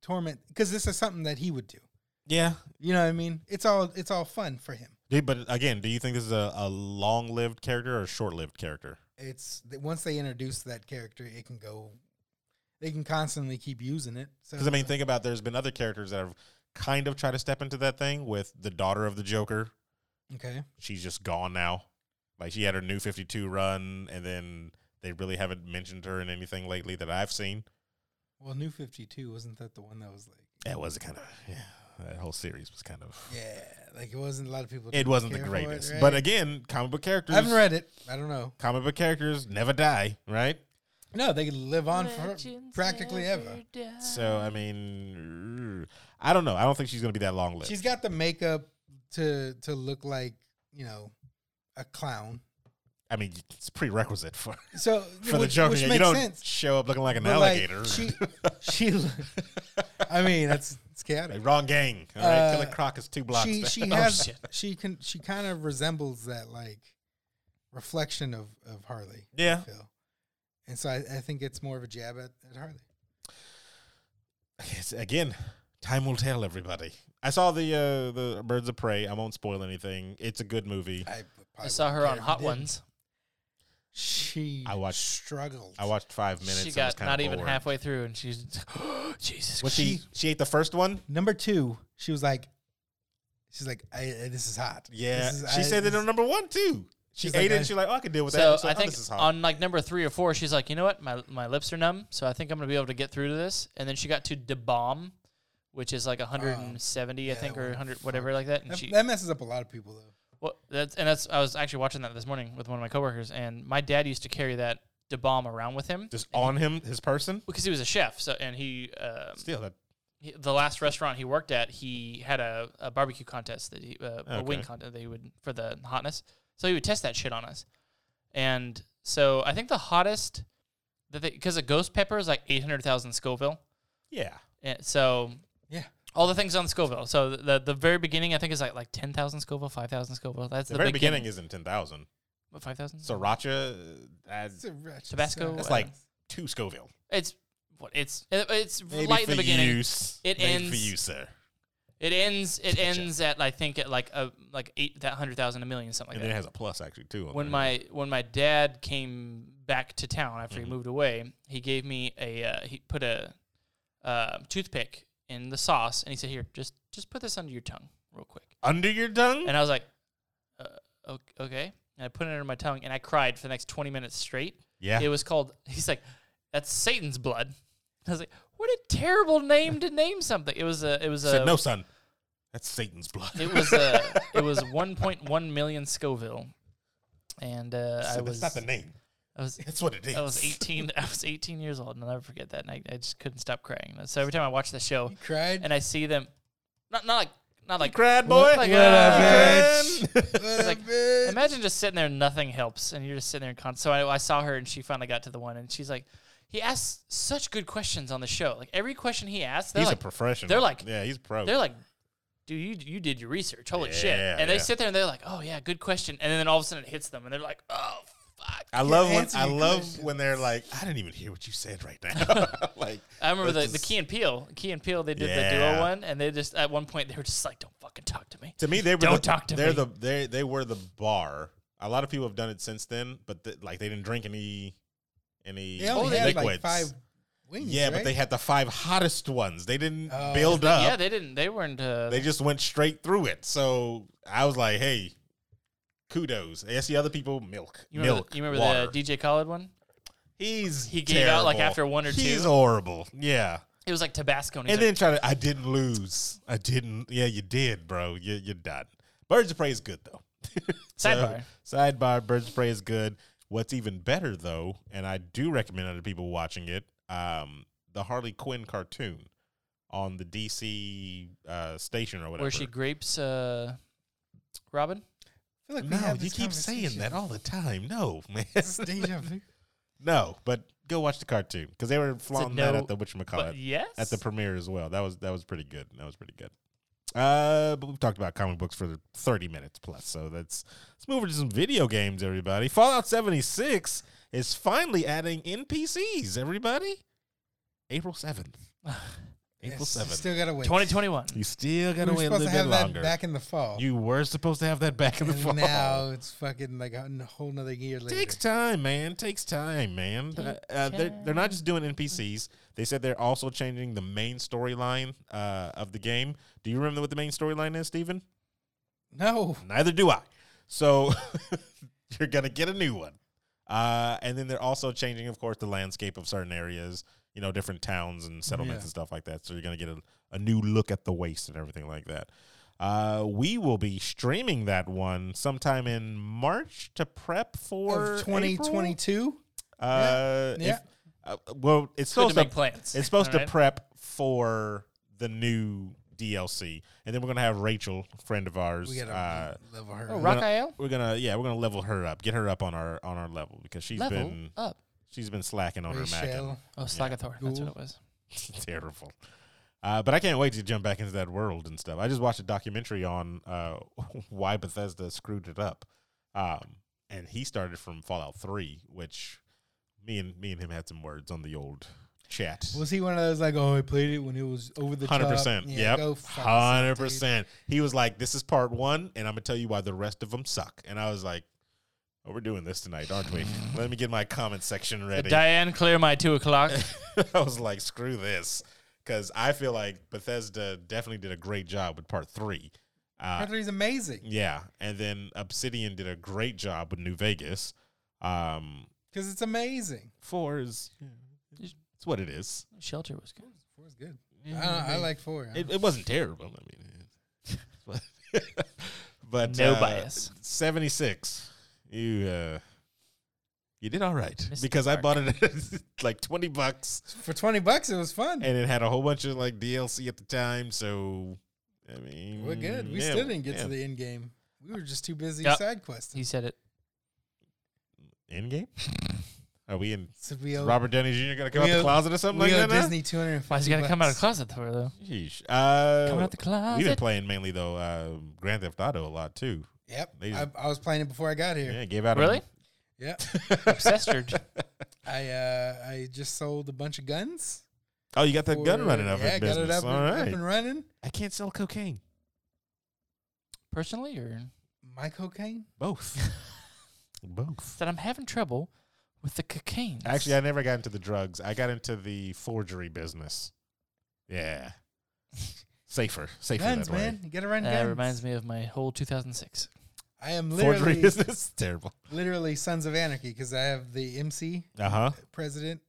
torment because this is something that he would do. Yeah, You know what I mean? It's all it's all fun for him. Do you- but again, do you think this is a, a long lived character or a short lived character? It's th- once they introduce that character, it can go they can constantly keep using it. So Because I mean, think about there's been other characters that have kind of tried to step into that thing with the daughter of the Joker. okay. She's just gone now. Like she had her new 52 run, and then they really haven't mentioned her in anything lately that I've seen. Well, New 52 wasn't that the one that was like It was kind of, yeah, that whole series was kind of, yeah, like it wasn't a lot of people it wasn't the care for it, greatest. right? But again, comic book characters, I haven't read it. I don't know. comic book characters never die, right? No, they could live on for practically ever. So, I mean, I don't know. I don't think she's going to be that long lived. She's got the makeup to to look like you know a clown. I mean, it's prerequisite for So for which, the Joker. which yeah, makes you don't sense. show up looking like an But, like, alligator. [LAUGHS] she she. lo- I mean, that's it's chaotic. Like, wrong gang. All right, Uh, Killer Croc is two blocks. She down. she [LAUGHS] Oh, has shit. she can she kind of resembles that like reflection of of Harley. yeah. I feel. And so I, I think it's more of a jab at, at Harley. Yes, again, time will tell. Everybody. I saw the uh, the Birds of Prey. I won't spoil anything. It's a good movie. I, I saw her on Hot Ones. She I watched- struggled. I watched five minutes. and She was got kinda not even bored. halfway through, and she's [GASPS] Jesus. Was Christ. she? She ate the first one. number two. She was like, she's like, I, I- this is hot. Yeah, This is- she I- said it this- on number one too. She She's ate like, it. I- and She's like, oh, I can deal with So that. So I oh, think this is hot. on like number three or four, she's like, you know what, my my lips are numb, so I think I'm gonna be able to get through to this. And then she got to de bomb, which is like 170, I yeah, think, that or one 100, fucked. whatever, like that. And [LAUGHS] That, she that messes up a lot of people though. Well, that's and that's I was actually watching that this morning with one of my coworkers, and my dad used to carry that de bomb around with him just on him, his person. because he was a chef. So and he, um, Still, that he- the last restaurant he worked at, he had a, a barbecue contest that he uh, a wing Okay. contest that he would for the hotness. So he would test that shit on us, and so I think the hottest that because a ghost pepper is like eight hundred thousand Scoville, yeah. and so Yeah. all the things on Scoville. So the the, the very beginning I think is like like ten thousand Scoville, five thousand Scoville. That's The, the, very beginning isn't ten thousand. five thousand. Sriracha. uh, That's It's a wretched Tabasco, song. That's That's like two Scoville. It's what it's it- it's Maybe light in for the beginning. Use, It maybe for ends- you, sir. It ends it Gotcha. ends at I think at like a like eight that hundred thousand a million something And then like it has that. a plus actually too. on When there. my when my dad came back to town after Mhm. he moved away, he gave me a uh, he put a uh, toothpick in the sauce and he said, "Here, just just put this under your tongue real quick." under your tongue, And I was like, uh, o- "Okay." And I put it under my tongue and I cried for the next twenty minutes straight. yeah, It was called. He's like, that's Satan's blood. I was like, what a terrible name to name something. It was a. It was a. said no, son. That's Satan's blood. [LAUGHS] It was a. it was 1.1 million Scoville, and uh, So I that's was. not the name. I was That's what it is. I was 18. I was 18 years old, and I'll never forget that. And I, I just couldn't stop crying. So every time I watch the show You cried. and I see them, not not like not like Crad boy. Like, You uh, crad? Little like, bitch. Imagine just sitting there, and nothing helps, and you're just sitting there. in Con- so I, I saw her, and she finally got to the one, and she's like, he asks such good questions on the show. Like every question he asks, they're he's like, a professional. they're like- yeah, he's pro. they're like, dude, you you did your research. Holy shit! Yeah, And they yeah. sit there and they're like, oh yeah, good question. And then all of a sudden it hits them, and they're like, oh fuck. I love when answer I your love questions. when they're like, I didn't even hear what you said right [LAUGHS] now. [LAUGHS] like I remember the, let's the just- Key and Peele, Key and Peele, they did the Yeah. duo one, and they just at one point they were just like, "Don't fucking talk to me." To me, they were Don't the, talk to they're me. the they they were the bar. A lot of people have done it since then, but th- like they didn't drink any any They only Oh, they had liquids. like five wings. yeah, right? but they had the five hottest ones. They didn't Oh. build But up. yeah, they didn't. They weren't. Uh, they just went straight through it. So I was like, hey, kudos. I see other people milk, you remember, milk. the, you remember water. the DJ Khaled one? He's he gave out, like, terrible. after one or He's two? horrible. Yeah, It was like Tabasco, and, he's and like, then try to. I didn't lose. I didn't. Yeah, you did, bro. You you done. Birds of Prey is good though. So, Sidebar. sidebar. Birds of Prey is good. What's even better though, and I do recommend other people watching it. Um, the Harley Quinn cartoon on the DC uh, station or whatever. where she grapes uh, Robin. I feel like we No, had you this keep saying that [LAUGHS] conversation. all the time. No, [LAUGHS] man. It's deja vu. no, but go watch the cartoon because they were flaunting that no, at the But whatchamacallit. yes, at the premiere as well. That was that was pretty good. That was pretty good. Uh, but we've talked about comic books for thirty minutes plus, so that's let's move over to some video games, everybody. Fallout seventy six is finally adding NPCs, everybody. April seventh. [SIGHS] April Yes, you seventh. Still gotta wait. 2021. You still We gotta were wait a supposed little to bit have longer. that back in the fall. you were supposed to have that back in the fall. and now it's fucking like a n- whole nother year later. Takes time, man. Takes time, man. Uh, uh, they're, they're not just doing NPCs. They said they're also changing the main storyline uh, of the game. Do you remember what the main storyline is, Steven? no, Neither do I. So [LAUGHS] you're going to get a new one. Uh, and then they're also changing, of course, the landscape of certain areas, you know, different towns and settlements Yeah. and stuff like that. So you're going to get a, a new look at the waste and everything like that. Uh, we will be streaming that one sometime in March to prep for of April? 2022. Uh, Yeah. if- uh, well, it's Good supposed to to, make plans. it's supposed Alright. to prep for the new DLC, and then we're gonna have Rachel, friend of ours. We gotta uh, level her. Oh, up. we're gonna- Raphael? We're gonna yeah, we're gonna level her up, get her up on our on our level because she's level been up. she's been slacking on her Rachel. Oh, Slagathor. That's what it was. Mac. [LAUGHS] Terrible. Uh, but I can't wait to jump back into that world and stuff. I just watched a documentary on uh, [LAUGHS] why Bethesda screwed it up, um, and he started from Fallout Three, which me and me and him had some words on the old chat. Was he one of those like, oh, I played it when it was over the top? Hundred percent. Yeah, go Yep. fuck yourself, Hundred dude. percent. He was like, "This is part one, and I'm gonna tell you why the rest of them suck." And I was like, oh, "We're doing this tonight, aren't we?" Let me get my comment section ready. Diane, clear my [LAUGHS] two o'clock. I was like, "Screw this," because I feel like Bethesda definitely did a great job with part three. Uh, Part three's amazing yeah, and then Obsidian did a great job with New Vegas. Um, because it's amazing. four is it's what it is. Shelter was good. Uh, Four's good. I, don't- I like four. It, it wasn't terrible. I mean, it- [LAUGHS] but, [LAUGHS] but No uh, bias. Seventy six. You uh, you did all right Mr. because I bought it [LAUGHS] at like twenty bucks, For twenty bucks, it was fun. and it had a whole bunch of like DLC at the time. So I mean, We're good. We yeah, still didn't get yeah. to the end game. We were just too busy Yep. side questing. He said it. end game. Are we in? So we is owe, Robert Downey Jr. gonna come we out the owe- closet or we something like owe that? now? Disney two hundred. Why is he gotta come out of the closet for though? Yeesh. Coming Uh, out the closet. we've been playing mainly though uh, Grand Theft Auto a lot too. Yep, They I, just- I was playing it before I got here. Yeah, gave out a- Really? Yep, [LAUGHS] Obsessed. I uh, I just sold a bunch of guns. Oh, you got that gun for- running up yeah, in got business. it up, All and, right. up and running. I can't sell cocaine. Personally, or My cocaine. [LAUGHS] Both. Both. that I'm having trouble with the cocaine. Actually, I never got into the drugs. I got into the forgery business. [LAUGHS] Yeah. Safer. Safer Guns, that way. man. You gotta run that guns. reminds me of my whole 2006. I am Forgery literally, [LAUGHS] business. Terrible. literally Sons of Anarchy because I have the MC Uh huh. president,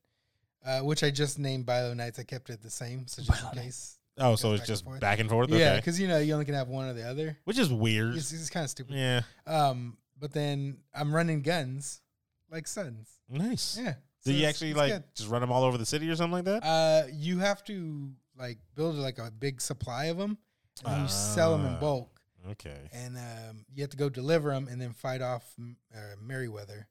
uh, which I just named Bilo Knights. I kept it the same, so just in case. Oh, so Goes it's back just and forth. back and forth? Yeah, okay. because you know you only can have one or the other. Which is weird. It's, it's kind of stupid. yeah. Um, but then I'm running guns. like suns. Nice. Do Yeah. So you it's- actually it's like good. just run them all over the city or something like that? Uh, you have to like build like a big supply of them, and then you sell them in Ah. bulk, okay. Uh, and um, you have to go deliver them, and then fight off M- uh, Merryweather.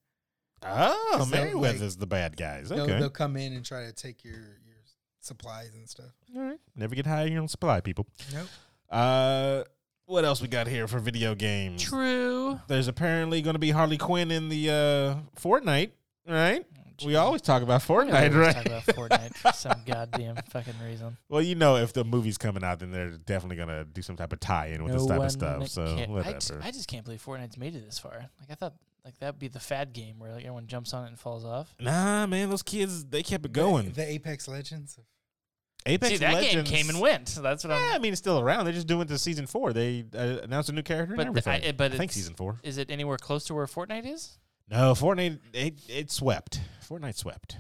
Oh, So, Merryweather's the bad guys. They'll, Okay. they'll come in and try to take your your supplies and stuff. All right. Never get high on your own supply, people. Nope. Uh, what else we got here for video games? True. There's apparently going to be Harley Quinn in the uh, Fortnite, right? Oh, We always talk about I Fortnite, always right? talk about Fortnite [LAUGHS] for some goddamn fucking reason. Well, you know, if the movie's coming out, then they're definitely going to do some type of tie-in with this type of stuff. So can- I, whatever. just, I just can't believe Fortnite's made it this far. Like I thought, like that'd be the fad game where like everyone jumps on it and falls off. nah, man, those kids they kept it going. The, Apex Legends. Apex See, that Legends game came and went. So that's what Yeah, I I'm. mean, it's still around. They just doing it to season four. They uh, announced a new character But and everything. I- but I think it's- season four. Is it anywhere close to where Fortnite is? No, Fortnite it, it swept. Fortnite swept.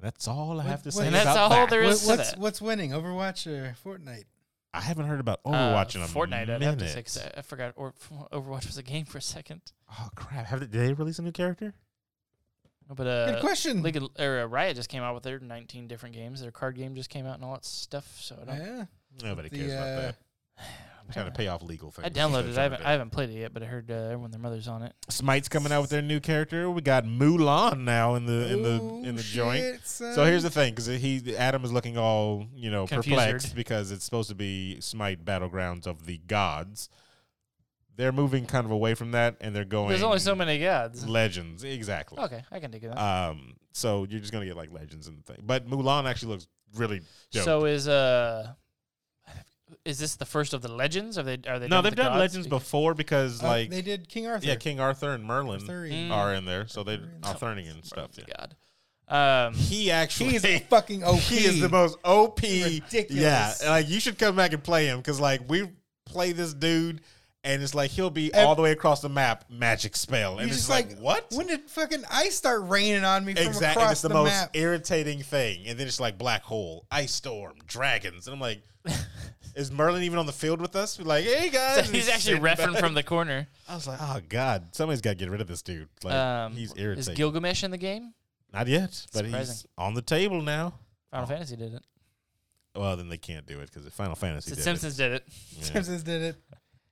That's all I What- have to what- say. And that's about all that. there is to what's that. what's winning? Overwatch or Fortnite? I haven't heard about Uh, Overwatch in Oh, a Fortnite. minute. I'd have to say 'cause I, I forgot. Or [LAUGHS] Overwatch was a game for a second. oh crap! Have they, did they release a new character? No, But uh, Good question. League of, or uh, Riot just came out with their 19 different games. Their card game just came out and all that stuff. So I don't. yeah. Nobody The, cares about uh, that. I'm trying to pay off legal things. I downloaded it. I haven't, I haven't played it yet, but I heard uh, everyone their mother's on it. Smite's coming out with their new character. We got Mulan now in the in Oh, the in the joint. So here's the thing, because he Adam is looking all you know perplexed Confusered. because it's supposed to be Smite battlegrounds of the gods. They're moving kind of away from that, and they're going. There's only so many gods. legends, exactly. Okay, I can dig it. Up. Um, so you're just gonna get like legends and thing. But Mulan actually looks really dope. so is uh, is this the first of the legends? Are they are they? no, they've done with the done gods? legends Because- before because Uh, like they did King Arthur. yeah, King Arthur and Merlin Arthur. Mm. are in there, so they Arthurian. Arthurian and stuff. Merlin's yeah. a Oh [LAUGHS] god. Um, [LAUGHS] He actually [LAUGHS] He's a fucking OP. He is the most OP. Ridiculous. Yeah, and, like you should come back and play him because like we play this dude, and it's like he'll be all the way across the map, magic spell, and You're it's just just like, like, what? When did fucking ice start raining on me from exactly, across it's the, the, most map? irritating thing. And then it's like black hole, ice storm, dragons, and I'm [LAUGHS] like, is Merlin even on the field with us? We're like, hey guys, so and he's [LAUGHS] actually sitting reffing back. from the corner. I was like, oh god, somebody's got to get rid of this dude. Like Um, he's Is irritating. Gilgamesh in the game? Not yet, but he's Surprising. on the table now. Oh. Final Fantasy did it. Well, then they can't do it because Final Fantasy. The did it. Simpsons did it. Yeah. Simpsons did it.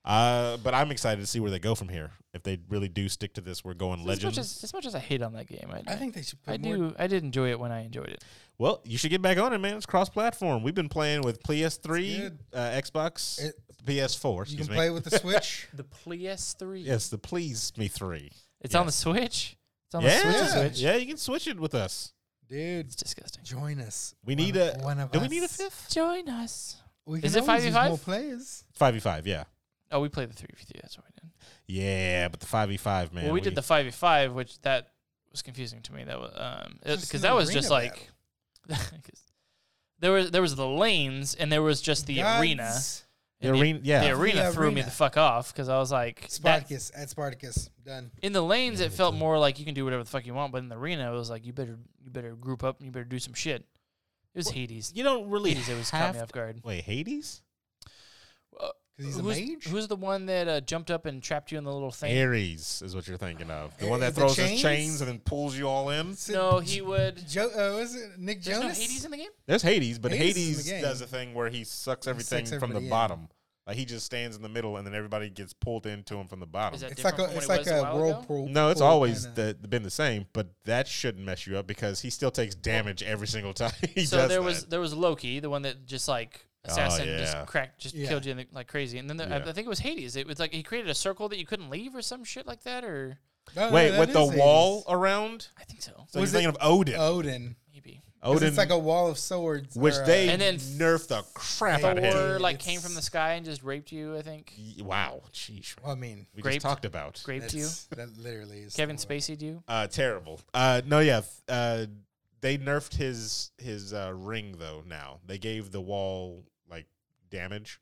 Uh, but I'm excited to see where they go from here. If they really do stick to this, we're going As much legends. as, as much as I hate on that game, I, I think they should put I more. do. I did enjoy it when I enjoyed it. well, you should get back on it, man. It's cross-platform. We've been playing with PS3, It's uh, Xbox, It- PS4. You Excuse can me. [LAUGHS] play with the Switch. The PS3. yes, the Please Me Three. It's on the Switch. It's on yeah, the Switch. Yeah. Switch. yeah. You can switch it with us. Dude, It's disgusting. join us. We One need of- a. one of do we need a us. fifth? Join us. We Is can it always use 5v5? More players. Five v five. Yeah, Oh, we played the three v three. That's what we did. yeah. But the five v five, man. well, we, did the five v five, which that was confusing to me. That was um It's just because an that was arena just like [LAUGHS] 'cause there was there was the lanes and there was just the arena. Gods. the and arena. Yeah, The The arena threw me arena. the fuck off because I was like, that, Spartacus at Spartacus. Done. in the lanes Yeah, it me felt too. more like you can do whatever the fuck you want, but in the arena it was like you better you better group up and you better do some shit. It was Well, Hades. you don't really Hades, it was caught have. me off guard. Wait, Hades? Because he's a who's, mage. Who's the one that uh, jumped up and trapped you in the little thing? Ares is what you're thinking of. The one Uh, that the throws his chains? chains and then pulls you all in. Is it No, he would. Jo- uh, was it Nick There's no Jonas? Hades in the game. There's Hades, but Hades Hades, is in the game. does a thing where he sucks everything sucks from the everybody in. bottom. Like he just stands in the middle, and then everybody gets pulled into him from the bottom. Is that it's like different from a what it it's like was a a while ago? whirlpool. no, it's pool always kinda. the, been the same, but that shouldn't mess you up because he still takes damage every single [LAUGHS] time he so does there that. was there was Loki, the one that just like Oh, assassin, yeah. just cracked, just Yeah. killed you in the, like crazy. And then there, I, Yeah. I think it was Hades. It was like he created a circle that you couldn't leave or some shit like that, or No, no, Wait, Oh, Uh, that with the is wall Oh, around? I think so, So Was you're it- thinking of Odin. 80s. Odin. maybe. 'Cause Odin, It's like a wall of swords. which or uh, a- they And then nerfed the crap out of Thor him. like It's- came from the sky and just raped you. I think Y- Wow, jeez, Well, I mean, we Grape- just talked about raped you. that's- That literally is. Kevin the word. Spacey, do uh, terrible. Uh, no, yeah, f- uh, they nerfed his his uh, ring though. Now they gave the wall like damage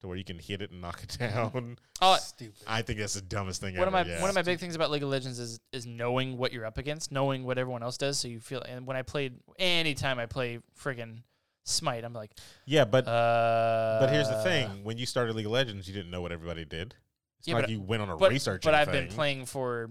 to where you can hit it and knock it [LAUGHS] down. oh. Stupid. I think that's the dumbest thing One of ever. my yeah. one of my big things about League of Legends is is knowing what you're up against, knowing what everyone else does, so you feel. And when I played, anytime I play friggin' Smite, I'm like, yeah, but uh. but here's the thing: when you started League of Legends, you didn't know what everybody did. It's Yeah, not like but- you went on a but, research. But I've been thing. playing for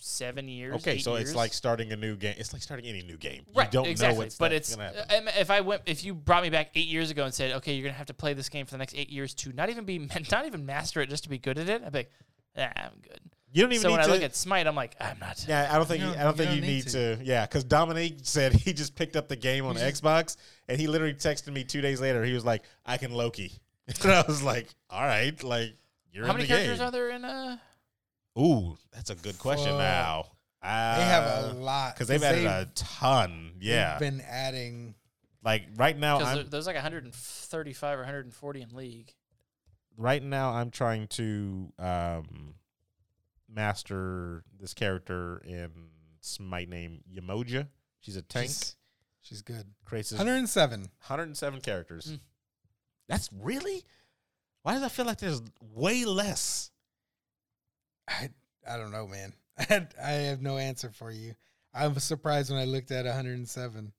seven years. Okay, eight so it's years. like starting a new game. It's like starting any new game. right, you don't exactly. know what's but not it's gonna happen. uh, um, if I went if you brought me back eight years ago and said, okay, you're gonna have to play this game for the next eight years to not even be [LAUGHS] not even master it just to be good at it. I'd be like, ah, I'm good. you don't even so need when to. I look at Smite, I'm like, I'm not. yeah, I don't think You you- don't- I don't you think don't you need need to. Yeah, because Dominique said he just picked up the game on Xbox, and he literally texted me two days later. He was like, "I can Loki," [LAUGHS] and I was like, "All right, like you're How in many the characters game." are there in uh? Ooh, that's a good question. Fuck. Now uh, They have a lot because they've added a ton. Yeah, been adding. like right now, Oh, I'm Because there's like 135 or 140 in league. right now I'm trying to um, master this character in Smite name Yamoja. She's a tank. She's, she's good. Creates this- 107. 107 characters. Mm. That's really. Why does I feel like there's way less? I, I don't know, man. [LAUGHS] I, I have no answer for you. I was surprised when I looked at 107.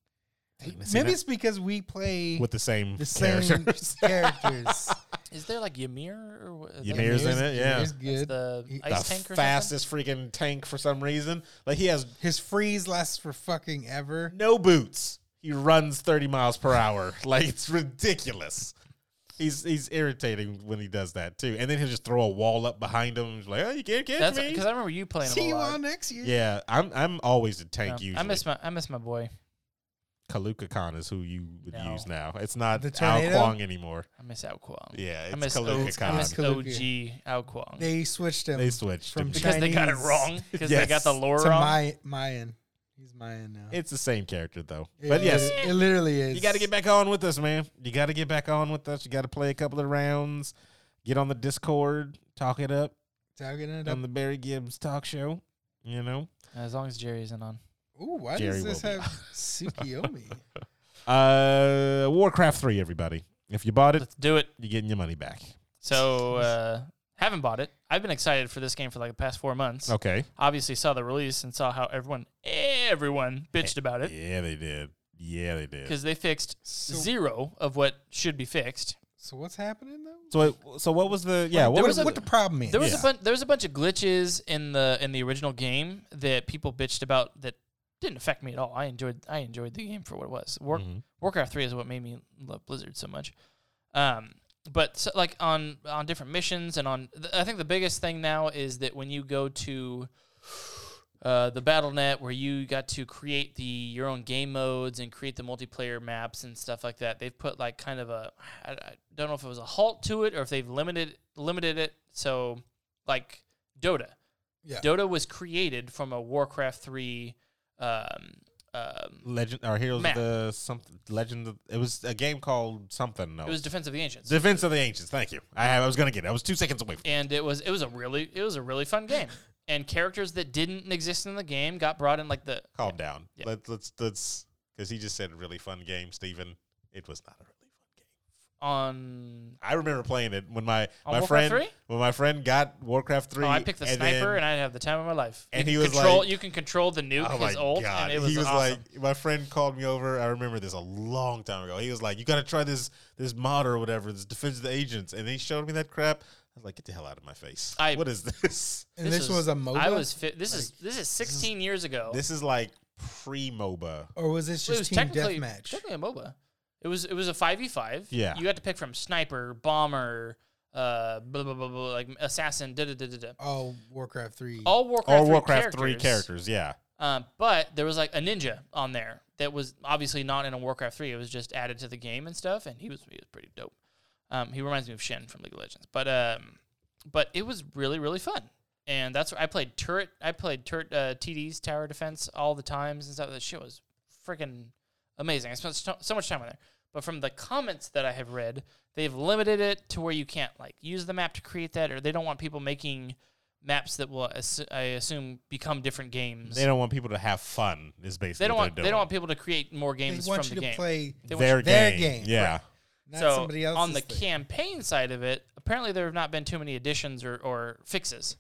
Dang, let's see Maybe that- it's because we play with the same [LAUGHS] the same characters. characters. Is there like Ymir or what? is that Ymir's in it, yeah. Ymir's That's good. the The [LAUGHS] ice the tank or something? fastest freaking tank for some reason. Like he has His freeze lasts for fucking ever. no boots. He runs 30 miles per hour. [LAUGHS] Like it's ridiculous. He's he's irritating when he does that too. And then he'll just throw a wall up behind him. He's like, oh, you can't catch That's me. because I remember you playing him See a you lot. all next year. yeah, I'm I'm always a tank Yeah. usually. I miss my I miss my boy. Kaluka Khan is who you would No. use now. It's not The Al tornado? Kwong anymore. I miss Ao Kwong. Yeah, I it's miss, o- Kaluka I Khan. miss OG Ao Kwong. They switched him They switched from him. [LAUGHS] because they got it Chinese wrong. [LAUGHS] Because they got Yes. the lore to wrong. May- Mayan. He's Mayan now. It's the same character though. It but yes, literally- it literally is. You got to get back on with us, man. You got to get back on with us. You got to play a couple of rounds. Get on the Discord, talk it up Talking it up. on the Barry Gibbs talk show. You know, as long as Jerry isn't on. Ooh, why Jerry does this will be. have Tsukiyomi? [LAUGHS] uh, Warcraft three, everybody. If you bought it, Let's do it. you're getting your money back. [LAUGHS] So uh, haven't bought it. I've been excited for this game for like the past four months. Okay. Obviously saw the release and saw how everyone everyone bitched about it Yeah, they did. Yeah, they did. because they fixed So, zero of what should be fixed. so what's happening though? So, it, so what was the? Yeah, what there What, was was a- what the problem is? There was Yeah. a bunch. There was a bunch of glitches in the in the original game that people bitched about that didn't affect me at all. I enjoyed I enjoyed the game for what it was. War, Mhm. Warcraft three is what made me love Blizzard so much. Um, but so, like on on different missions and on, th- I think the biggest thing now is that when you go to uh, the BattleNet, where you got to create the your own game modes and create the multiplayer maps and stuff like that, they've put like kind of a I, I don't know if it was a halt to it or if they've limited limited it. So like Dota, Yeah. Dota was created from a Warcraft three. Um, um, Legend or Heroes Map. of the something Legend of it was a game called something. No, It was Defense of the Ancients. Defense of the Ancients. Thank you. I, I was gonna get it. I was two seconds away. From and it was it was a really it was a really fun game. and characters that didn't exist in the game got brought in like the Calm down. Yeah. Let's let's let's because he just said really fun game, Steven. It was not a really fun game. on I remember playing it when my On my Warcraft friend 3? when my friend got Warcraft three. Oh, I picked the sniper and I'd have the time of my life. and you he can was control, like- you can control the nuke, oh my his ult, god, and it was, he was awesome. like my friend called me over. I remember this a long time ago. He was like, "You got to try this this mod or whatever, this Defense of the Agents," and he showed me that crap. I was like, "Get the hell out of my face! I- what is this? and this, was, a MOBA, I was fi- this is this is 16 years ago. this is like pre MOBA." or was this it just was team technically deathmatch? technically a MOBA. It was it was a 5v5. Yeah. you had to pick from sniper, bomber, uh, blah blah blah, blah like assassin, da da da da da. Oh, Warcraft Three. All Warcraft, Or three Warcraft three characters. characters, yeah. Um, but there was like a ninja on there that was obviously not in a Warcraft three. It was just added to the game and stuff, and he was he was pretty dope. Um, he reminds me of Shen from League of Legends, but um, but it was really really fun, and that's where I played turret. I played turret uh, TDs tower defense all the times and stuff. That shit was freaking amazing. I spent so, so much time on there. But from the comments that I have read, they've limited it to where you can't like use the map to create that, or they don't want people making maps that will assu- I assume become different games. They don't want people to have fun. Is basically They don't what want they're they doing. don't want people to create more they games from want the you to game. play They want their, you- their game. game. Yeah. not so somebody else's on the thing. campaign side of it, apparently there have not been too many additions or, or fixes,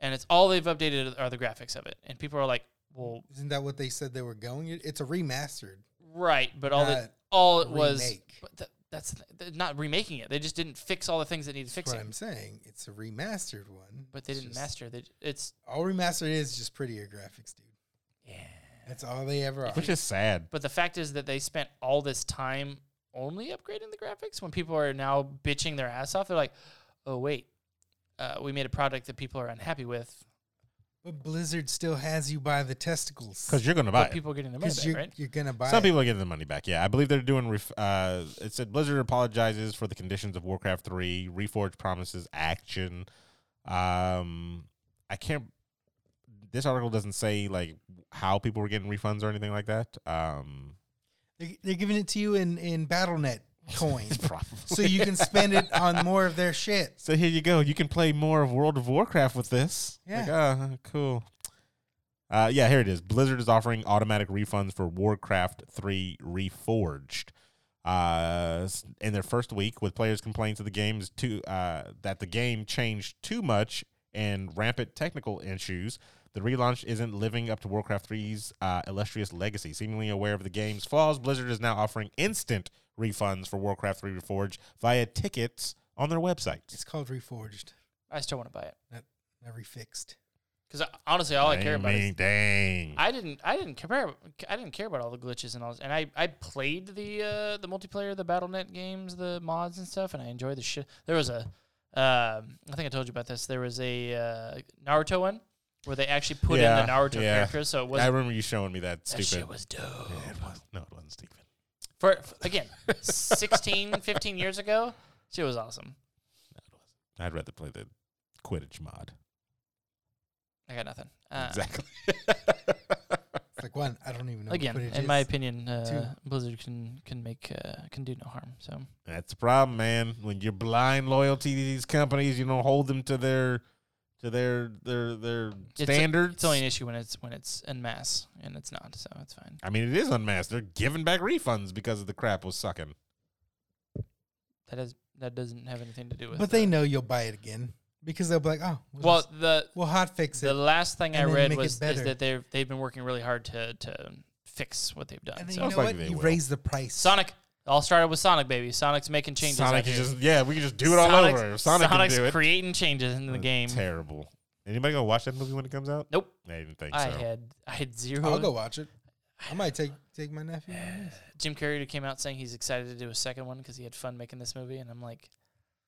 and it's all they've updated are the graphics of it. And people are like, "Well, Isn't that what they said they were going? It's a remastered. right," but all Not it all it was remake. but th- that's the thing. They're not remaking it. They just didn't fix all the things that needed That's what fixing. I'm saying. It's a remastered one. But they It's didn't just- master. They, it's All remastered is just prettier graphics, dude. Yeah. That's all they ever are. which is sad. But the fact is that they spent all this time only upgrading the graphics. When people are now bitching their ass off, they're like, "Oh wait, uh, we made a product that people are unhappy with, But Blizzard still has you by the testicles. Because you're going to buy but it. people are getting their money Because back, you're, right?" you're gonna buy Some it. people are getting the money back. Yeah, I believe they're doing. Ref- uh, it said Blizzard apologizes for the conditions of Warcraft Three. Reforged promises action. Um, I can't. This article doesn't say like how people were getting refunds or anything like that. Um, They're, they're giving it to you in in [LAUGHS] BattleNet coin, probably. so you can spend it on more of their shit. [LAUGHS] So here you go. You can play more of World of Warcraft with this. Like, ah, cool. Uh, yeah, here it is. Blizzard is offering automatic refunds for Warcraft 3 Reforged. Uh, s- in their first week, with players complaining to the game is too uh, that the game changed too much and rampant technical issues, the relaunch isn't living up to Warcraft 3's uh, illustrious legacy. Seemingly aware of the game's flaws, Blizzard is now offering instant refunds for Warcraft 3 Reforged via tickets on their website. It's called Reforged, I still want to buy it not refixed. because honestly, all I care about mean, is dang. I didn't I didn't compare I didn't care about all the glitches and all this. And I, I played the uh, the multiplayer, the BattleNet games, the mods and stuff, and I enjoyed the shit. There was a um, I think I told you about this. There was a uh, Naruto one where they actually put in Yeah, the Naruto yeah. characters, so it I wasn't. remember you showing me that That stupid. shit was dope. Yeah, it was- No, it wasn't [LAUGHS] stupid. For, f again, 16, 15 years ago, shit was awesome. I'd rather play the Quidditch mod. I got nothing. Uh, exactly. [LAUGHS] It's like one. I don't even know. Again, what it in is. my opinion, uh, Two. Blizzard can can make uh, can do no harm. So That's the problem, man. When you're blind loyalty to these companies, you don't hold them to their to their their their a- standards. it's only an issue when it's when it's en masse, and it's not. So it's fine. I mean, it is unmasked. They're giving back refunds because of the crap was sucking. That is that doesn't have anything to do with. but they know you'll buy it again because they'll be like, oh, we'll, well just- the we'll hot fix the it, last thing I and then read make it was is better. that they've they've been working really hard to to fix what they've done. and then So you Sounds know like what? they You will. raise the price. Sonic it all started with Sonic, baby. Sonic's making changes. Sonic out is here. just yeah, we can just do it all Sonic's- over. If Sonic Sonic's can do it. creating changes in Uh, the game. Terrible. Anybody gonna watch that movie when it comes out? Nope. I didn't think I so. had I had 0 I'll go watch it. I might take take my nephew. on this. Jim Carrey who came out saying he's excited to do a second one because he had fun making this movie, and I'm like,